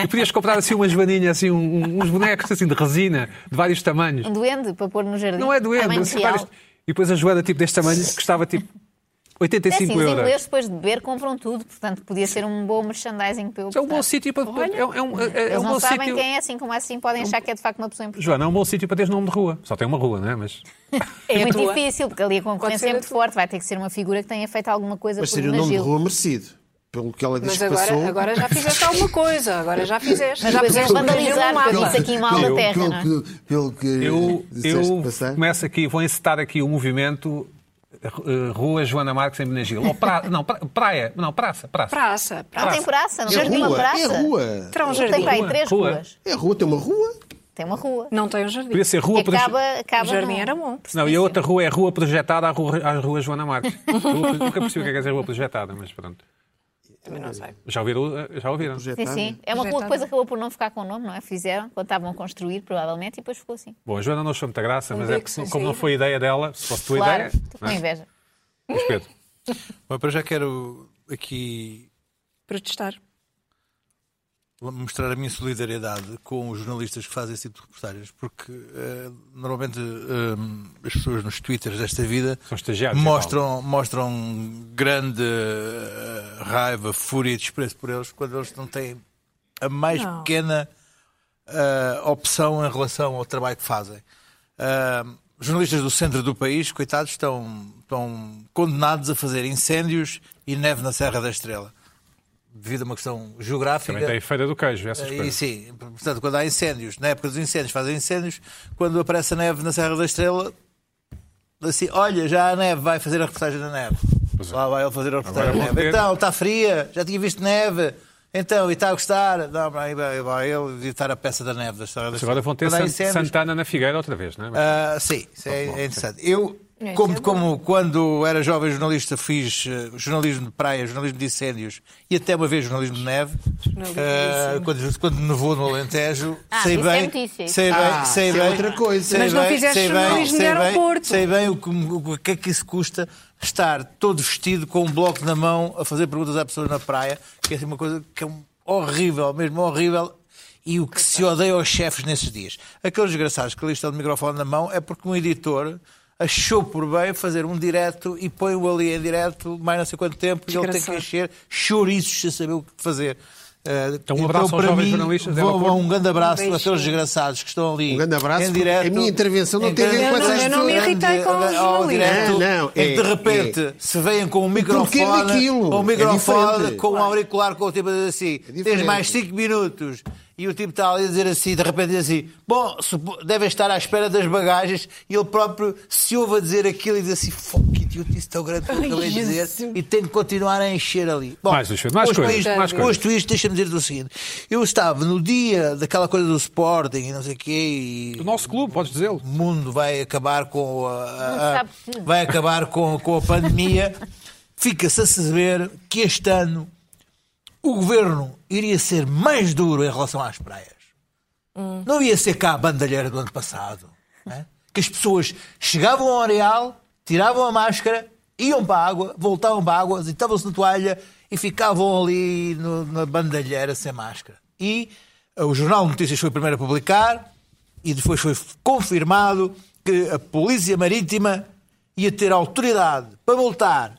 A: e podias comprar assim umas joaninha, assim, um- uns bonecos assim de resina, de vários tamanhos.
C: Um duende para pôr no jardim.
A: Não é doente.
C: Tamanho
A: assim,
C: real.
A: vários- E depois a Joana, tipo deste tamanho, custava tipo
C: É assim,
A: 85
C: os
A: euros.
C: ingleses depois de beber compram tudo, portanto podia ser um bom merchandising para eu.
A: É um bom
C: portar.
A: sítio para. é um- é um- é- é
C: Eles
A: um bom
C: não sabem
A: sítio- um
C: quem é, assim como assim podem achar que é de facto uma pessoa importante.
A: Joana, é um bom sítio para teres nome de rua. Só tem uma rua, não é? Mas.
C: É muito
D: tua.
C: difícil, porque ali a concorrência
D: ser
C: é
D: a
C: muito
D: tua.
C: forte, vai ter que ser uma figura que tenha feito alguma coisa
B: Mas
C: por
B: seria o nome de
C: Benagil.
B: rua merecido. Pelo que ela diz
D: Mas
B: que passou.
D: agora, agora já fizeste alguma coisa, agora já fizeste. Já
C: Depois é
D: puseste um bocadinho
C: vandalizar,
D: no
C: porque eu
D: mapa.
C: disse aqui em mal da
B: pelo,
C: terra,
B: pelo,
C: não é?
B: que, pelo que
A: Eu,
B: disseste
A: eu
B: passar.
A: começo aqui, vou incitar aqui o movimento eh, Rua Joana Marques em Benagil. Ou pra, não, pra- praia. Não, praça, praça.
D: Praça,
C: Não
D: praça.
C: tem praça, não
B: É
C: tem uma
B: rua,
C: praça.
B: é rua.
D: Terá um
C: Tem
D: jardim.
C: para aí
A: Rua,
C: três
A: rua.
C: ruas.
B: É rua, tem uma rua.
C: Tem uma rua.
D: Não tem um jardim.
A: Podia ser rua...
C: que acaba,
D: O
C: acaba
D: jardim
C: num-
D: era bom.
A: Não, e a outra rua é Rua Projetada à Rua, à rua Joana Marques. Rua- nunca percebi o que é que quer dizer Rua Projetada, mas pronto.
D: Também não sei.
A: Já ouviram? eh, Já ouviram?
C: Sim,
B: Projetada.
C: sim. É uma rua que depois acabou por não ficar com o nome, não é? Fizeram quando estavam a construir, provavelmente, e depois ficou assim.
A: Bom, a Joana não achou muita graça, mas é
D: beco sem
A: porque, como não
D: saída.
A: foi ideia dela, se fosse tua
C: Claro,
A: ideia...
C: estou com inveja.
A: Mas, Pedro,
E: Bom, para já quero aqui
D: Protestar.
E: mostrar a minha solidariedade com os jornalistas que fazem esse tipo de reportagens, porque eh, normalmente eh, as pessoas nos twitters desta vida
A: São estagiários, é
E: mostram, mostram grande eh, raiva, fúria e desprezo por eles quando eles não têm a mais
D: Não.
E: pequena eh, opção em relação ao trabalho que fazem. Eh, jornalistas do centro do país, coitados, estão, estão condenados a fazer incêndios e neve na Serra da Estrela. Devido a uma questão geográfica.
A: Também tem feira do queijo, essas
E: E
A: coisas.
E: sim, portanto, quando há incêndios, na época dos incêndios fazem incêndios, quando aparece a neve na Serra da Estrela, assim, olha, já a neve, vai fazer a reportagem da neve. Lá vai ele fazer a reportagem
A: é. Agora é
E: da
A: vou ver.
E: neve. Então, está fria, já tinha visto neve. Então, e está a gostar? Não, vai, vai, vai ele editar a peça da neve da Serra da
A: Mas
E: Estrela.
A: Agora vão ter
E: Quando há
A: Sant-
E: incêndios,
A: Santana na Figueira outra vez, não é?
E: ah, sim, isso é, é interessante. Eu,
D: É, isso
E: como,
D: é
E: como quando era jovem jornalista, fiz eh, jornalismo de praia, jornalismo de incêndios e até uma vez jornalismo de neve.
D: Jornalismo
E: Ah,
D: de
E: quando, quando nevou no Alentejo,
C: Ah,
E: sei
C: isso é
E: bem.
C: notícia.
E: sei bem,
B: Ah,
E: sei
B: isso é
E: bem-
B: outra coisa.
E: sei
D: Mas não
E: bem-
D: fizeste
E: sei bem-
D: jornalismo
E: sei
D: de
E: bem-
D: aeroporto.
E: Sei bem o que, o que é que isso custa estar todo vestido com um bloco na mão a fazer perguntas à pessoa na praia, que é assim, uma coisa que é um- horrível, mesmo horrível. E o que se odeia aos chefes nesses dias. Aqueles desgraçados que ali estão de microfone na mão é porque um editor achou por bem fazer um direto e põe-o ali em direto mais não sei quanto tempo e ele tem que
D: Desgraçado.
E: encher chouriços sem saber o que fazer. Eh,
A: Então, um abraço aos
E: para
A: jovens
E: mim,
A: jornalistas é de
E: vou-
A: aeroporto.
E: um grande abraço
D: Um
E: para
D: beijinho.
E: aqueles desgraçados que estão ali
B: Um grande abraço,
E: em
B: porque
E: direto.
B: a minha intervenção não
E: Em
B: teve
E: grande-
B: em conta
D: Eu não- eu não me
B: estas
D: irritei com os
E: ao
D: jornalistas.
E: direto,
B: Não, não,
E: em que
B: é-
E: de repente
B: é-
E: se veem com um
B: porquê
E: microfone,
B: daquilo?
E: com um
B: É
E: microfone,
B: diferente. É
E: com um auricular, com o tipo a dizer assim, tens
B: diferente.
E: mais 5 minutos. E o tipo está ali a dizer assim, de repente diz assim, bom, supo- devem estar à espera das bagagens, e ele próprio se ouve a dizer aquilo e diz assim, fuck idiotice tão grande que eu
D: Ai,
E: acabei de dizer,
D: Jesus.
E: e tem de continuar a encher ali. Bom,
A: Mais, Luís, mais
E: posto
A: coisas,
E: isto-
A: mais coisas.
E: posto isto, deixa-me dizer o seguinte: eu estava no dia daquela coisa do Sporting e não sei o quê, e
A: Do nosso clube, podes dizê-lo.
E: o mundo vai acabar com a- a, a-
C: sabe tudo.
E: vai acabar com, com a pandemia. Fica-se a saber que este ano o governo iria ser mais duro em relação às praias. Não ia ser cá a bandalheira do ano passado. né? Que as pessoas chegavam ao areal, tiravam a máscara, iam para a água, voltavam para a água, deitavam-se na toalha e ficavam ali no- na bandalheira sem máscara. E eh, o Jornal de Notícias foi o primeiro a publicar e depois foi confirmado que a Polícia Marítima ia ter autoridade para multar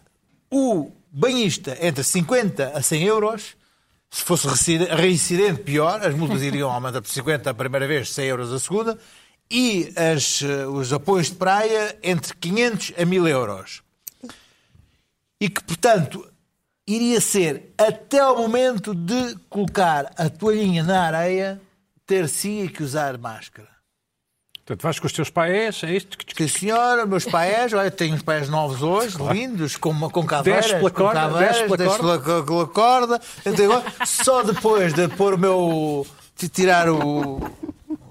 E: o banhista entre 50 a 100 euros se fosse recide- reincidente, pior. As multas iriam aumentar por 50 a primeira vez, 100 euros a segunda. E as, eh, os apoios de praia entre 500 a 1000 euros. E que, portanto, iria ser até o momento de colocar a toalhinha na areia, ter-se que usar máscara.
A: Portanto, vais com os teus pais, é isto que te
E: Que senhora, meus pais, olha, tenho uns pais novos hoje, lindos, com, uma- com caveiras,
A: Desce pela
E: com
A: corda,
E: caveiras,
A: desce pela
E: desce pela, co- pela corda. Então, agora, só depois de pôr o meu. de tirar o.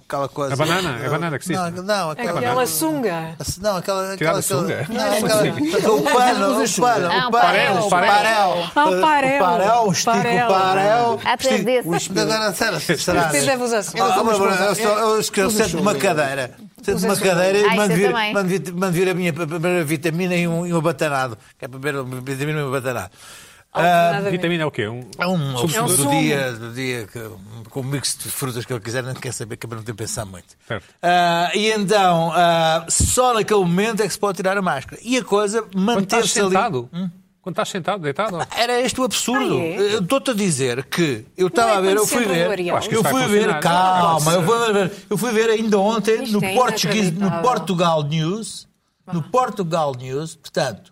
E: aquela coisa.
A: A banana, a banana que se diz,
E: Não,
A: não é?
E: não aquela. assim,
D: Aquela sunga.
E: Não, aquela.
A: Tirar
E: aquela,
A: a sunga?
E: aquela- não, aquela- o pano, o pano,
C: Ah,
E: o
C: o
E: pano,
C: parel,
E: o
A: o parel.
E: parel.
D: Ah, o parel.
E: O parel, o estico,
D: Parel.
E: o parel.
C: Há três
E: Estico-
C: desses.
E: o estico- Agora, será? será-
D: Você deve usar sunga.
E: eu,
B: Ah,
E: eu,
B: mas
E: eu,
B: pronto,
E: eu só- eu esque- eu
B: usa
E: sento uma
B: chuva.
E: cadeira. Sento uma
D: chuva.
E: cadeira
C: Ah,
E: e
C: isso
E: mando
C: eu
E: vir,
C: também.
E: mando, vir, mando vir a minha primeira vitamina e um, e um abatanado. Que é para beber uma vitamina e um abatanado.
D: Alternadamente.
A: Vitamina é o quê? Um...
E: É um
D: É um
E: do
D: sumo.
E: dia, do dia que- com o mix de frutas que ele quiser, não quer saber, acaba não tem pensar muito.
A: Certo.
E: Ah, e então, ah, só naquele momento é que se pode tirar a máscara. E a coisa
A: Quando estás
E: manteve-se ali. Hum?
A: sentado? Quando estás sentado, deitado?
E: Era este o absurdo.
D: Ah, é?
E: Eu Estou-te a dizer que eu estava a ver, eu
D: quando
E: fui
D: sempre o
E: ver.
D: Ariel. Eu acho
A: que
E: Eu
A: isso vai
E: fui ver,
A: funcionar.
E: calma,
A: Não,
E: eu fui ver, eu fui ver ainda ontem
D: Isto
E: no,
D: é
E: português, no
D: inacreditável.
E: Portugal News. No Portugal News, portanto,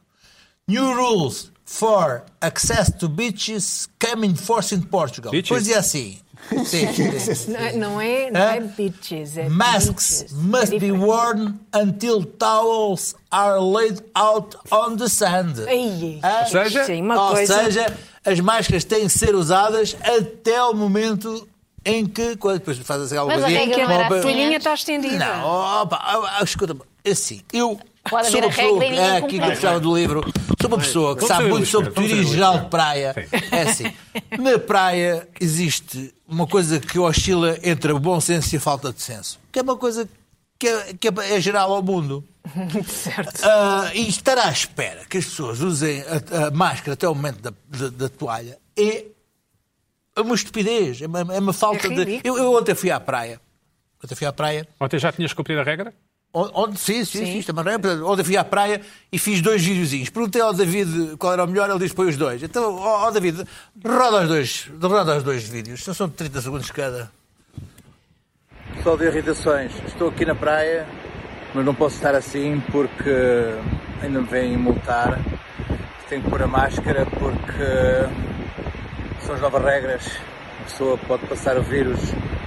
E: New Rules for Access to Beaches come in force in Portugal.
A: Beaches?
E: Pois é assim. Sim, sim.
D: Não é- Não é, não é
E: Hã?
D: bitches, é
E: Ah, Masks
D: bitches.
E: must be worn until towels are laid out on the sand.
D: Ai,
E: Ah,
A: Ou seja,
D: isto é uma
E: Ou
D: coisa-
E: seja, as máscaras têm que ser usadas até o momento em que. Quando depois fazem alguma
C: Mas a
E: coisa.
C: regra
D: Que
C: não era
D: a
C: assim,
D: folhinha
C: é?
D: está estendida.
E: Não, opa, ah, ah, escuta-me, assim, eu
C: Pode
E: sou
C: haver
E: uma
C: a regra
E: pessoa
C: e ninguém
E: é, aqui que
C: cumprir.
E: gostava do livro, sou uma pessoa que
A: Vamos
E: sabe
A: saber,
E: muito
A: Luís
E: sobre
A: Pedro, vamos saber,
E: turismo geral
A: Luís
E: de praia. É assim, na praia existe uma coisa que oscila entre o bom senso e a falta de senso, que é uma coisa que é, que é- é geral ao mundo.
D: certo.
E: Ah, e estar à espera que as pessoas usem a, a máscara até o momento da, da- da toalha é É uma estupidez, é uma, é uma falta
D: É
E: de.
D: ridículo.
E: Eu, eu ontem fui à praia. Ontem fui à praia.
A: Ontem já tinhas cumprido a regra?
E: On- Onde, sim, sim,
D: Sim.
E: sim. isto é uma regra. Portanto, Ontem fui à praia e fiz dois videozinhos. Perguntei ao David qual era o melhor, ele disse põe os dois. Então, ó ó, David, roda os dois, roda os dois vídeos. Só são 30 segundos cada. Só de irritações. Estou aqui na praia, mas não posso estar assim porque ainda me vêm multar. Tenho que pôr a máscara porque são as novas regras. A pessoa pode passar o vírus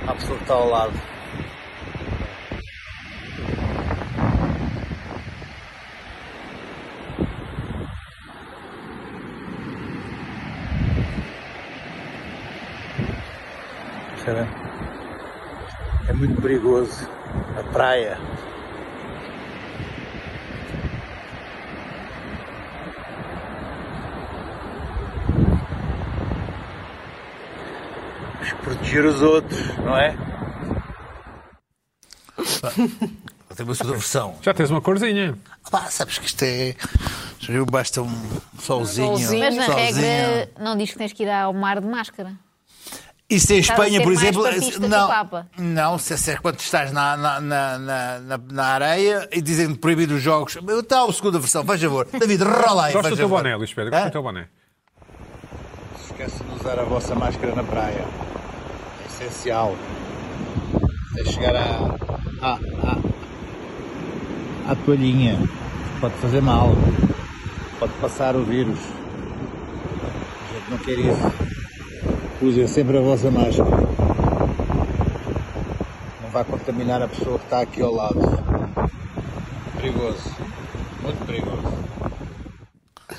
E: à pessoa que está ao lado. Percebem? É muito perigoso a praia. Mas proteger os outros, não é? Tem uma sua versão.
A: Já tens uma corzinha.
E: Pá, sabes que isto é. Eu basta um solzinho.
D: Solzinho.
C: Mas na
E: solzinho.
C: regra não diz que tens que ir ao mar de máscara.
E: Isso em
C: Estás a
E: Espanha,
C: ser
E: por
C: mais
E: exemplo.
C: papista que o
E: Não,
C: Papa.
E: não se, se, quando estás na, na, na, na, na- na areia e dizem proibido os jogos. Está a segunda versão, faz favor. David, rola aí.
A: Gosto
E: faz
A: do teu
E: favor. Ah.
A: boné, Luís Pedro. Gosto
E: Hã?
A: do teu boné.
F: Esquece de usar a vossa máscara na praia. É essencial. É chegar à. à. à, à toalhinha. Pode fazer mal. Pode passar o vírus. A gente não quer isso. Usem sempre a vossa máscara. Não vai contaminar a pessoa que está aqui ao lado. Perigoso. Muito perigoso.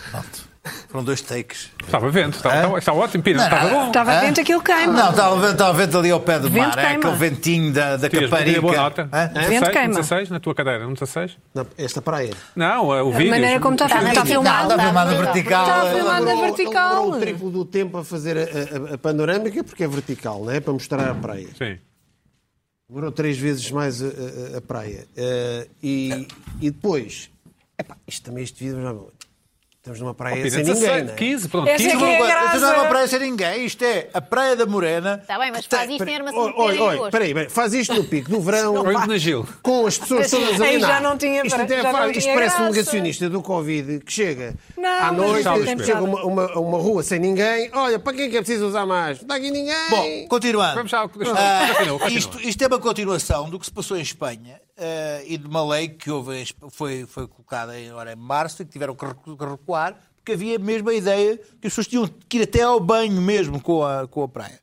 E: Pronto. Foram dois takes.
A: Estava vento. Estava, estava, estava ótimo, Pina.
E: Ah. Não, Tá
A: Estava
E: não.
A: bom.
D: Estava
E: Hã?
D: dentro aquilo queima.
E: Ah? Não, estava o vento- estava o vento ali ao pé do
D: Vento
E: mar. É
D: queima. Tá
E: aquele ventinho da, da
A: Tinhas uma boa
E: caparica. Ah.
A: nota.
E: Hã?
A: 16,
D: Vento queima.
A: 16, na tua cadeira, não 16?
B: Na- esta praia.
A: Não, é o
D: A
A: vídeo.
D: maneira como tá está,
C: Está
D: está
C: na vertical,
D: filmado.
E: Está tá filmado na vertical.
D: Está
E: Ele
D: filmado na
B: Demorou-
D: vertical.
B: demorou o triplo do tempo a fazer a, a- a panorâmica porque é vertical, não é? Para mostrar a praia.
A: Sim.
B: Demorou três vezes mais a, a- a praia. Eh, e, e depois, epá, isto também, este vídeo, já não- estamos numa praia
A: Pina,
B: sem ninguém.
A: 16,
E: né?
B: não é?
A: 15, pronto.
D: Essa é
A: 15.
D: que é a
E: Agora, isto não é
D: graça.
E: uma praia sem ninguém, isto é a Praia da Morena.
C: Está Tá bem, mas faz isto em armação
B: Oi,
C: de
B: oi,
C: pedra e
B: oi,
C: gosto.
B: peraí, peraí, faz isto no pico do verão,
A: Olha na Gil.
B: com as pessoas todas ali.
D: Aí
B: na
D: já
B: água.
D: não tinha-
B: isto até
D: já não
B: faz-
D: tinha
B: isto parece um
D: graça.
B: negacionista do Covid que chega
D: Não,
B: à
D: mas
B: noite,
A: não tem
B: chega a
D: piada.
B: uma, uma- uma rua sem ninguém. Olha, para quem é que é preciso usar mais? Não está aqui ninguém. É
E: Bom, continuando.
A: Vamos já, deixa-
E: Ah,
A: continua, continua.
E: isto, isto é uma continuação do que se passou em Espanha ah, e de uma lei que houve em Esp- foi, foi colocada em- agora em março e que tiveram que recu- que recuar, porque havia mesmo a ideia que as pessoas tinham que ir até ao banho mesmo com a, com a praia.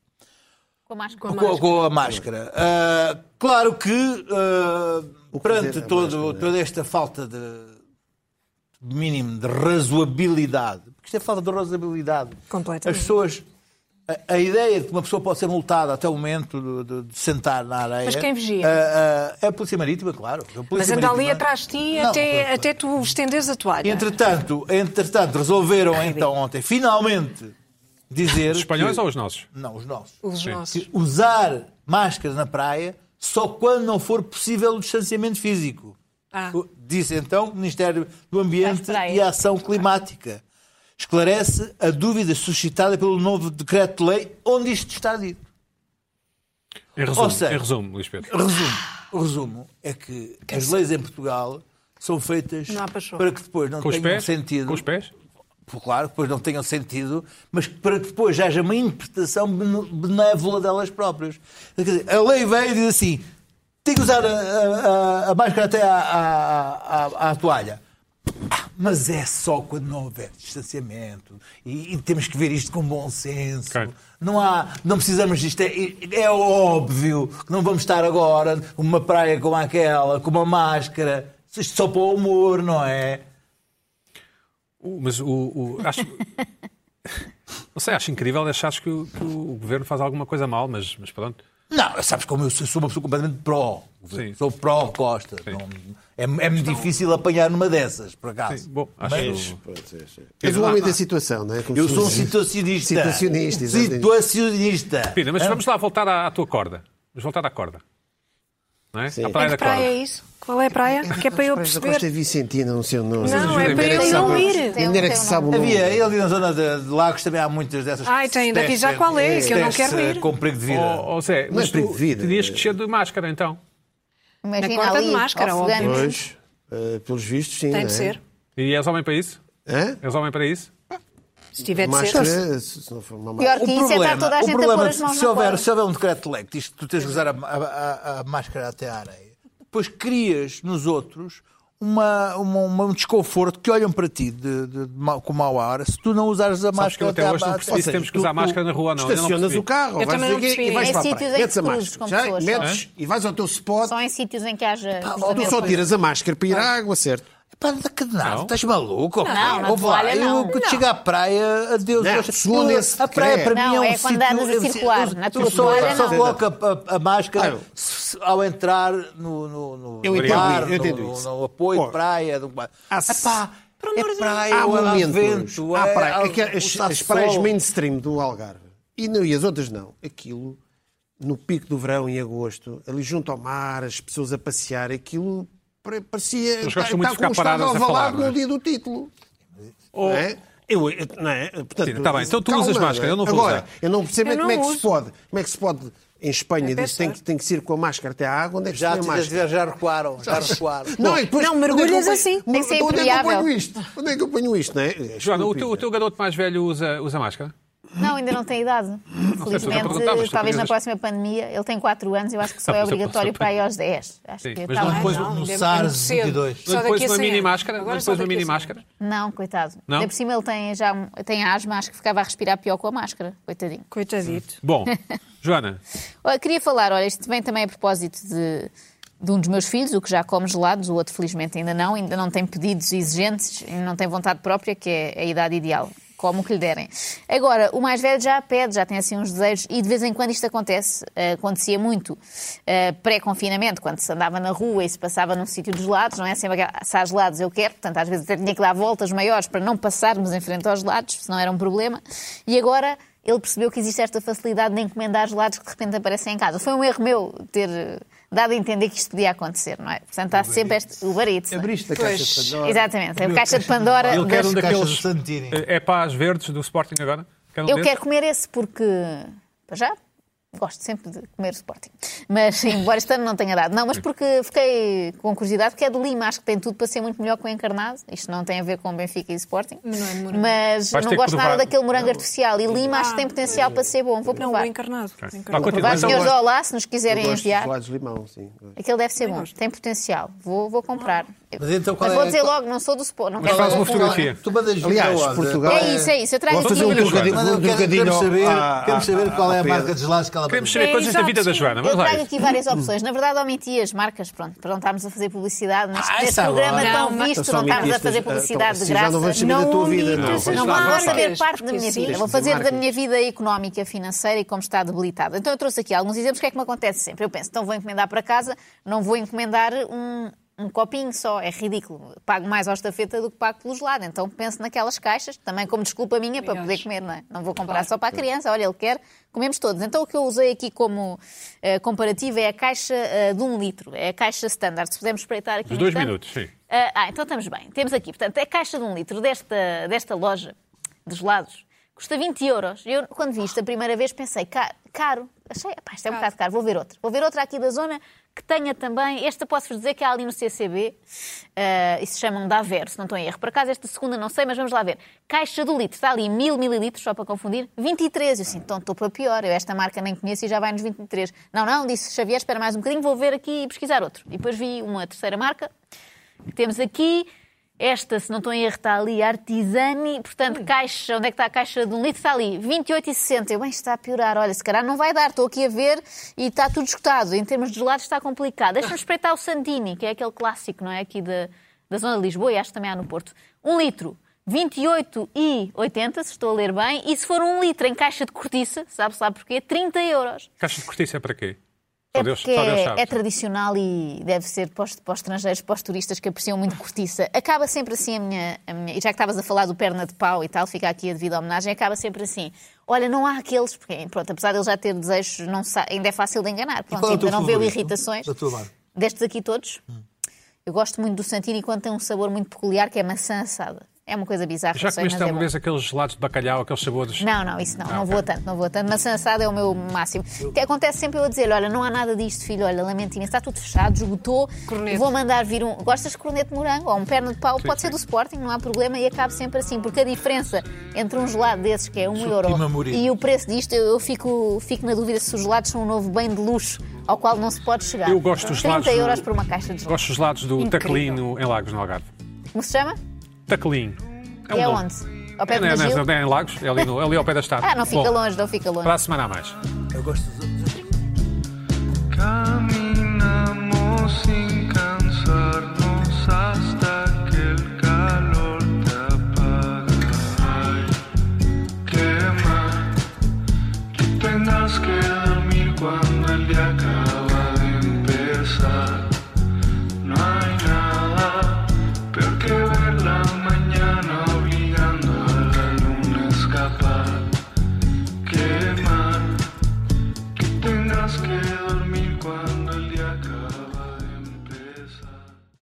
C: Com a máscara.
E: Com, com a máscara. Ah, claro que, ah,
B: O que
E: perante
B: dizer a
E: todo-
B: máscara, né?
E: toda esta falta de de mínimo de razoabilidade, porque isto é falta de razoabilidade. As
D: Completamente.
E: pessoas. A, a ideia de que uma pessoa pode ser multada até o momento do- do- de, sentar na areia.
D: Mas quem vigia?
E: ah, ah, é a Polícia Marítima, claro. A Polícia
D: Mas anda ali
E: Marítima-
D: atrás de ti
E: Não,
D: até,
E: claro.
D: até tu estenderes a toalha.
E: Entretanto, entretanto, resolveram então ontem, finalmente, dizer.
A: Os espanhóis
E: que-
A: ou os nossos?
E: Não, os nossos
D: Os nossos. É
E: que usar máscara na praia só quando não for possível o distanciamento físico.
D: Ah.
E: O- Disse então o Ministério do Ambiente
C: Das praias.
E: e a Ação Climática. Esclarece a dúvida suscitada pelo novo decreto-lei onde isto está dito.
A: Em resumo,
E: seja-
A: em resumo, Luís Pedro.
E: Resumo.
D: Ah.
E: O resumo é que as leis em Portugal são feitas
D: Não há paixão.
E: para que depois não
A: Com os
E: tenham
A: pés?
E: sentido.
A: Com os pés?
E: Por claro, depois não tenham sentido, mas para que depois haja uma interpretação bene- benévola delas próprias. Quer dizer, a lei veio e diz assim: tem que usar a, a- a- a máscara até à, à- à- à toalha. Ah, Mas é só quando não houver distanciamento e, e temos que ver isto com bom senso.
A: Ok.
E: Não há, não precisamos disto. É, é óbvio que não vamos estar agora numa praia como aquela, com uma máscara. Isto só para o humor, não é?
A: Uh, Mas o. o- acho... Não sei, acho incrível achares que o, que o governo faz alguma coisa mal, mas, mas pronto.
E: Não, sabes como eu sou sou uma pessoa completamente pró.
A: Sim. Então-
E: Sou pró Costa. Não- é- é-me difícil apanhar numa dessas, por acaso.
A: Sim, bom, acho
E: Mas
B: És o homem da situação, não é? Como
E: eu
B: se
E: sou um
B: diz.
E: situacionista. Um
B: Situacionista, exatamente.
E: Situacionista.
B: É.
A: Pina, mas
E: Hã?
A: vamos lá voltar à, à tua corda. Vamos voltar à corda. não é?
B: Sim.
A: A
D: Em
A: Praia
D: que
A: da
D: praia é
A: Clara.
D: isso? Qual é a praia? Que é para eu
B: Mas a Costa
D: perceber.
B: Vicentina, não sei o nome.
D: Não, é
A: Ainda
D: para
A: era
D: eu
A: que
D: não
A: sabe-
D: ir.
C: Tem um-
B: Ainda é que
C: tem um
B: se sabe o
C: nome.
B: nome.
E: Havia aí ali na zona de, de Lagos também há muitas dessas
D: Ai, tem, daqui
E: desse-
D: já qual é, que eu não
E: desse
D: quero ir.
E: Comprido de vida.
A: Oh, oh, Zé,
B: Não é
A: mas tu
B: perigo de vida.
A: terias que descer de máscara, então.
C: Imagina
D: corda de
C: ali,
D: máscara,
C: ofegante.
B: Pois, eh, pelos vistos, sim. não
D: Tem
B: é?
D: de ser.
A: E és homem para isso?
B: Hã?
A: És homem para isso?
D: Se tiver de ser.
B: Máscara, se se não for uma
C: Pior
B: máscara.
C: que isso é estar toda a gente a pôr as mãos
E: se,
C: na
E: houver,
C: corda.
E: se houver um decreto de lei que diz que tu tens de usar a, a- a- a máscara até à areia, depois crias nos outros uma, uma- uma- um desconforto que olham para ti de, de- de mau- com mau ar se tu não usares a
A: Sabes que eu
E: máscara
A: até
E: à-
A: hoje não
E: à-
A: percebi se
E: seja,
A: temos que
E: tu-
A: usar máscara na rua ou não. Ainda não
B: Estacionas
A: percebi.
B: o carro,
D: Eu
B: vais
D: também não
B: aqui e
D: percebi.
B: vais
C: Em
B: para a
C: É sítios
B: praia.
C: em
B: Metes a
C: que cruzes
B: máscara.
C: com
B: Já, é?
C: pessoas,
B: metes e vais ao teu spot.
C: Só em sítios em que haja...
B: Ou tu só tiras a máscara para ir à água, certo?
E: Pá, de que nada,
A: Não.
E: estás maluco?
C: Não, na
E: Ouve lá,
C: toalha
E: eu
C: não.
E: quando
C: Não.
E: chego à praia, adeus.
B: Não,
E: eu-
B: segundo
E: eu-
B: esse
E: a praia para
C: decreto.
E: mim é um
C: Não, é quando
E: sítio-
C: andas a
E: eu-
C: circular,
E: eu-
C: na tua
E: eu só,
C: toalha,
E: só
C: não.
E: coloco a, a- a máscara
B: Ah,
E: se- ao entrar no, no, no
B: Eu entendo
E: bar,
B: isso, eu entendo
E: no, no-
B: isso.
E: no apoio
B: Pô,
E: de praia. Do... Epá,
B: há-
E: é praia,
B: Há
E: ou
B: momentos.
E: vento,
B: há
E: é-
B: praia-
E: há-
B: aquelas-
E: o
B: as,
E: está
B: as praias
E: sol.
B: mainstream do Algarve. E, não, e as outras não. Aquilo, no pico do verão, em agosto, ali junto ao mar, as pessoas a passear, aquilo pare- parecia.
A: Eles
B: tá-
A: gostam muito
B: tá
A: de ficar
B: com um estado
A: paradas a falar,
B: ovalado
A: não é? Oh,
B: no dia do título.
A: Ou-
B: Não é? Eu, eu- não é? Portanto,
A: Sim, tá bem. Então tu
B: calma, é?
A: usas máscara, eu não vou
B: Agora,
A: usar.
B: eu não percebo
D: Eu
B: é
D: não
B: como é que se
D: uso.
B: pode. Como é que se pode. Em Espanha,
D: Até
B: diz tem que,
D: certo.
B: tem que ir com a máscara até à água, onde é que
E: Já,
B: se tem a
E: já,
B: máscara?
E: já, já recuaram, já recuaram.
B: Não, e depois,
D: Não,
B: onde é que eu
D: mergulhas
B: ponho-
D: assim.
B: Onde
C: Tem que ser
B: é que eu ponho
C: impermeável.
B: isto? Onde é que eu ponho isto, não é? É
A: Joana, o teu,
B: estúpido.
A: o teu garoto mais velho usa, usa máscara?
C: Não, ainda não tem idade.
A: sei, tu não perguntavas,
C: Felizmente,
A: tu
C: talvez na
A: querias-
C: próxima pandemia. Ele tem 4 anos, eu acho que só é
A: Mas eu
C: obrigatório
A: posso-
C: para aí aos 10. Acho
A: Sim,
C: que
A: mas
C: tá
A: não
C: lá.
A: depois-
D: não,
E: no
D: ainda é
E: SARS
D: muito cedo.
E: 22.
A: Não
D: Só
A: depois
D: daqui a
A: uma
D: 100
A: mini
D: anos.
A: máscara? Não
D: Agora só
A: depois uma
D: daqui a
A: mini
D: 100
A: máscara?
D: anos.
C: Não, coitado.
A: Não?
C: Ainda por cima ele tem, já, tem asma, acho que ficava a respirar pior com a máscara. Coitadinho.
D: Coitadito.
A: Bom, Joana,
C: Olha, queria falar, olha, isto vem também a propósito de, de um dos meus filhos, o que já come gelados, o outro felizmente ainda não, ainda não tem pedidos exigentes, ainda não tem vontade própria, que é a idade ideal. Como que lhe derem. Agora, o mais velho já pede, já tem assim uns desejos, e de vez em quando isto acontece, eh, acontecia muito eh, pré-confinamento, quando se andava na rua e se passava num sítio dos lados, não é? Sempre aquela, se há gelados eu quero, portanto às vezes até tinha que dar voltas maiores para não passarmos em frente aos lados, senão era um problema. E agora ele percebeu que existe esta facilidade de encomendar gelados que de repente aparecem em casa. Foi um erro meu ter eh, dado a entender que isto podia acontecer, não é? Portanto, há sempre este. O barito.
E: Abriste a
D: Pois,
E: caixa de Pandora.
C: é? Exatamente, é a caixa de Pandora.
E: Eu
A: eu quero um
E: das caixas
A: daqueles.
E: de Santini.
A: É pá, verdes do Sporting agora? Quer um
C: Eu
A: desses?
C: quero comer esse porque, para já, gosto sempre de comer Sporting. Mas, embora este ano não tenha dado. Não, mas porque fiquei com curiosidade, porque é de Lima, acho que tem tudo para ser muito melhor que o encarnado. Isto não tem a ver com Benfica e Sporting.
D: é de morango. Ah,
A: Vais
C: mas
A: ter
C: não
A: que
C: gosto nada
A: provar.
C: daquele morango artificial. E Lima acho que tem potencial para ser bom. Vou
D: Não, o
C: provar.
D: encarnado. O encarnado.
A: Vá, continua. então
C: Provar,
A: Mas eu
C: senhores do
B: gosto-
C: Olá, se nos
B: Eu
C: quiserem
B: gosto de
C: enviar.
B: gelados de limão, sim.
C: Aquele deve ser bom, tem potencial. Vou, vou comprar.
E: Mas então qual
C: Mas vou
E: é-
C: dizer logo, não sou do Sport. Não
A: Mas
C: quero
A: faz uma
C: fazer confusão.
A: fotografia.
E: Tu mandas vir
B: Aliás,
E: para onde?
B: Portugal-
C: É isso, é isso. Eu trago
B: Vou
C: aqui
B: fazer um
C: uma-
B: trocadilho.
E: Mas eu quero-
B: Trocadilho
E: Queremos saber,
B: à-
E: queremos saber
B: à-
E: qual é
B: à
E: a marca
B: pedra.
E: de gelados que ela
A: Queremos
E: manda.
A: saber coisas da
D: exato,
A: vida da
D: sim.
A: Joana.
C: Eu
A: Vamos lá.
C: trago
A: a isso.
C: aqui várias opções. Na verdade, omiti as marcas, pronto, para não estarmos a fazer publicidade neste,
E: Ah,
C: neste
A: é
E: isso agora.
C: programa
D: Não,
C: tão
B: Então
D: mas-
C: visto, não estarmos a fazer publicidade de
B: Já não vais
C: graça.
B: saber da
D: Não
B: tua vida,
D: omite
B: não.
D: essas
B: Vais
C: Não
B: lá,
C: vou
B: vais lá.
C: fazer
D: marcas,
C: parte da
D: porque
C: minha
D: sim.
C: vida,
D: Tens
C: vou
B: de dizer
C: fazer da
B: marcas.
C: minha vida económica, financeira e como está debilitada. Então eu trouxe aqui alguns exemplos, o que é que me acontece sempre? Eu penso, então vou encomendar para casa, não vou encomendar um, um copinho só, é ridículo. Pago mais ao estafeta do que pago pelo gelado, então penso naquelas caixas, também como desculpa minha para poder comer, não é? Não vou comprar só para a criança, olha, ele quer, comemos todos. Então o que eu usei aqui como eh, comparativa é a caixa eh, de um litro, é a caixa standard, se pudermos espreitar aqui.
A: Os
C: um
A: dois
C: instante.
A: minutos, sim.
C: Ah, ah, então estamos bem. Temos aqui, portanto, a caixa de um litro desta, desta loja dos lados custa 20 euros. Eu, quando vi isto a primeira vez, pensei, caro. caro. Achei, pá, isto é um bocado caro, vou ver outra. Vou ver outra aqui da zona que tenha também. Esta posso-vos dizer que é ali no CCB. ah, e se chamam de Aver, se não estou em erro. Por acaso, esta segunda não sei, mas vamos lá ver. Caixa do litro, está ali mil mililitros, só para confundir, 23. Eu assim, então estou para pior. Eu esta marca nem conheço e já vai nos 23. Não, não, disse Xavier, espera mais um bocadinho, vou ver aqui e pesquisar outro. E depois vi uma terceira marca, temos aqui. Esta, se não estou em erro, está ali, artisani. Portanto, caixa, onde é que está a caixa de um litro? Está ali, 28,60. Eu, bem, isto está a piorar. Olha, se calhar não vai dar. Estou aqui a ver e está tudo escutado. Em termos de gelados está complicado. Deixa-me espreitar o Santini, que é aquele clássico, não é? Aqui da, da zona de Lisboa e acho que também há no Porto. Um litro, 28,80, se estou a ler bem. E se for um litro em caixa de cortiça, sabe-se lá porquê, 30 euros.
A: Caixa de cortiça é para quê?
C: É
A: Só Deus,
C: porque
A: só Deus sabe.
C: é tradicional e deve ser para os, para os estrangeiros, para os turistas que apreciam muito cortiça. Acaba sempre assim a minha, a minha- E já que estavas a falar do perna de pau e tal, fica aqui a devida homenagem. Acaba sempre assim. Olha, não há aqueles, porque pronto, apesar de ele já ter desejos, não sa- ainda é fácil de enganar. Pronto,
E: Qual é o
C: ainda
E: teu
C: não vê
E: favorito
C: irritações.
E: Da tua marca.
C: destes aqui todos,
A: Hum.
C: eu gosto muito do Santini quando tem um sabor muito peculiar, que é maçã assada. É uma coisa bizarra.
A: Já
C: não sei, mas
A: comeste
C: é
A: alguma
C: bom.
A: vez aqueles gelados de bacalhau, aqueles sabores?
C: Não, não, isso não.
A: Ah,
C: não
A: ok.
C: vou a tanto, não vou a tanto. Maçã assada é o meu máximo. O que acontece sempre é eu dizer-lhe, olha, não há nada disto, filho, olha, lamento imenso, está tudo fechado, esgotou,
D: Corneto.
C: vou mandar vir um... Gostas de corneto de morango ou um perna de pau? Pode ser
A: sim.
C: do Sporting, não há problema e acabo sempre assim, porque a diferença entre um gelado desses, que é um euro,
E: Prima Murilo.
C: e o preço disto, eu eu fico, fico na dúvida se os gelados são um novo bem de luxo ao qual não se pode chegar.
A: Eu gosto dos
C: 30
A: gelados do-
C: euros por uma caixa de gelados.
A: Gosto dos lados do
C: Incrível.
A: Taquelino em Lagos, no Algarve.
C: Como se chama?
A: Taquelino.
C: e é
A: nome.
C: onde? Ao pé
A: É,
C: do
A: não, é-
C: Gil?
A: não é em Lagos, é ali, no- é ali ao pé da estátua.
C: Ah, não fica
A: Bom,
C: longe, não fica longe.
A: Para a semana a mais.
E: Eu gosto de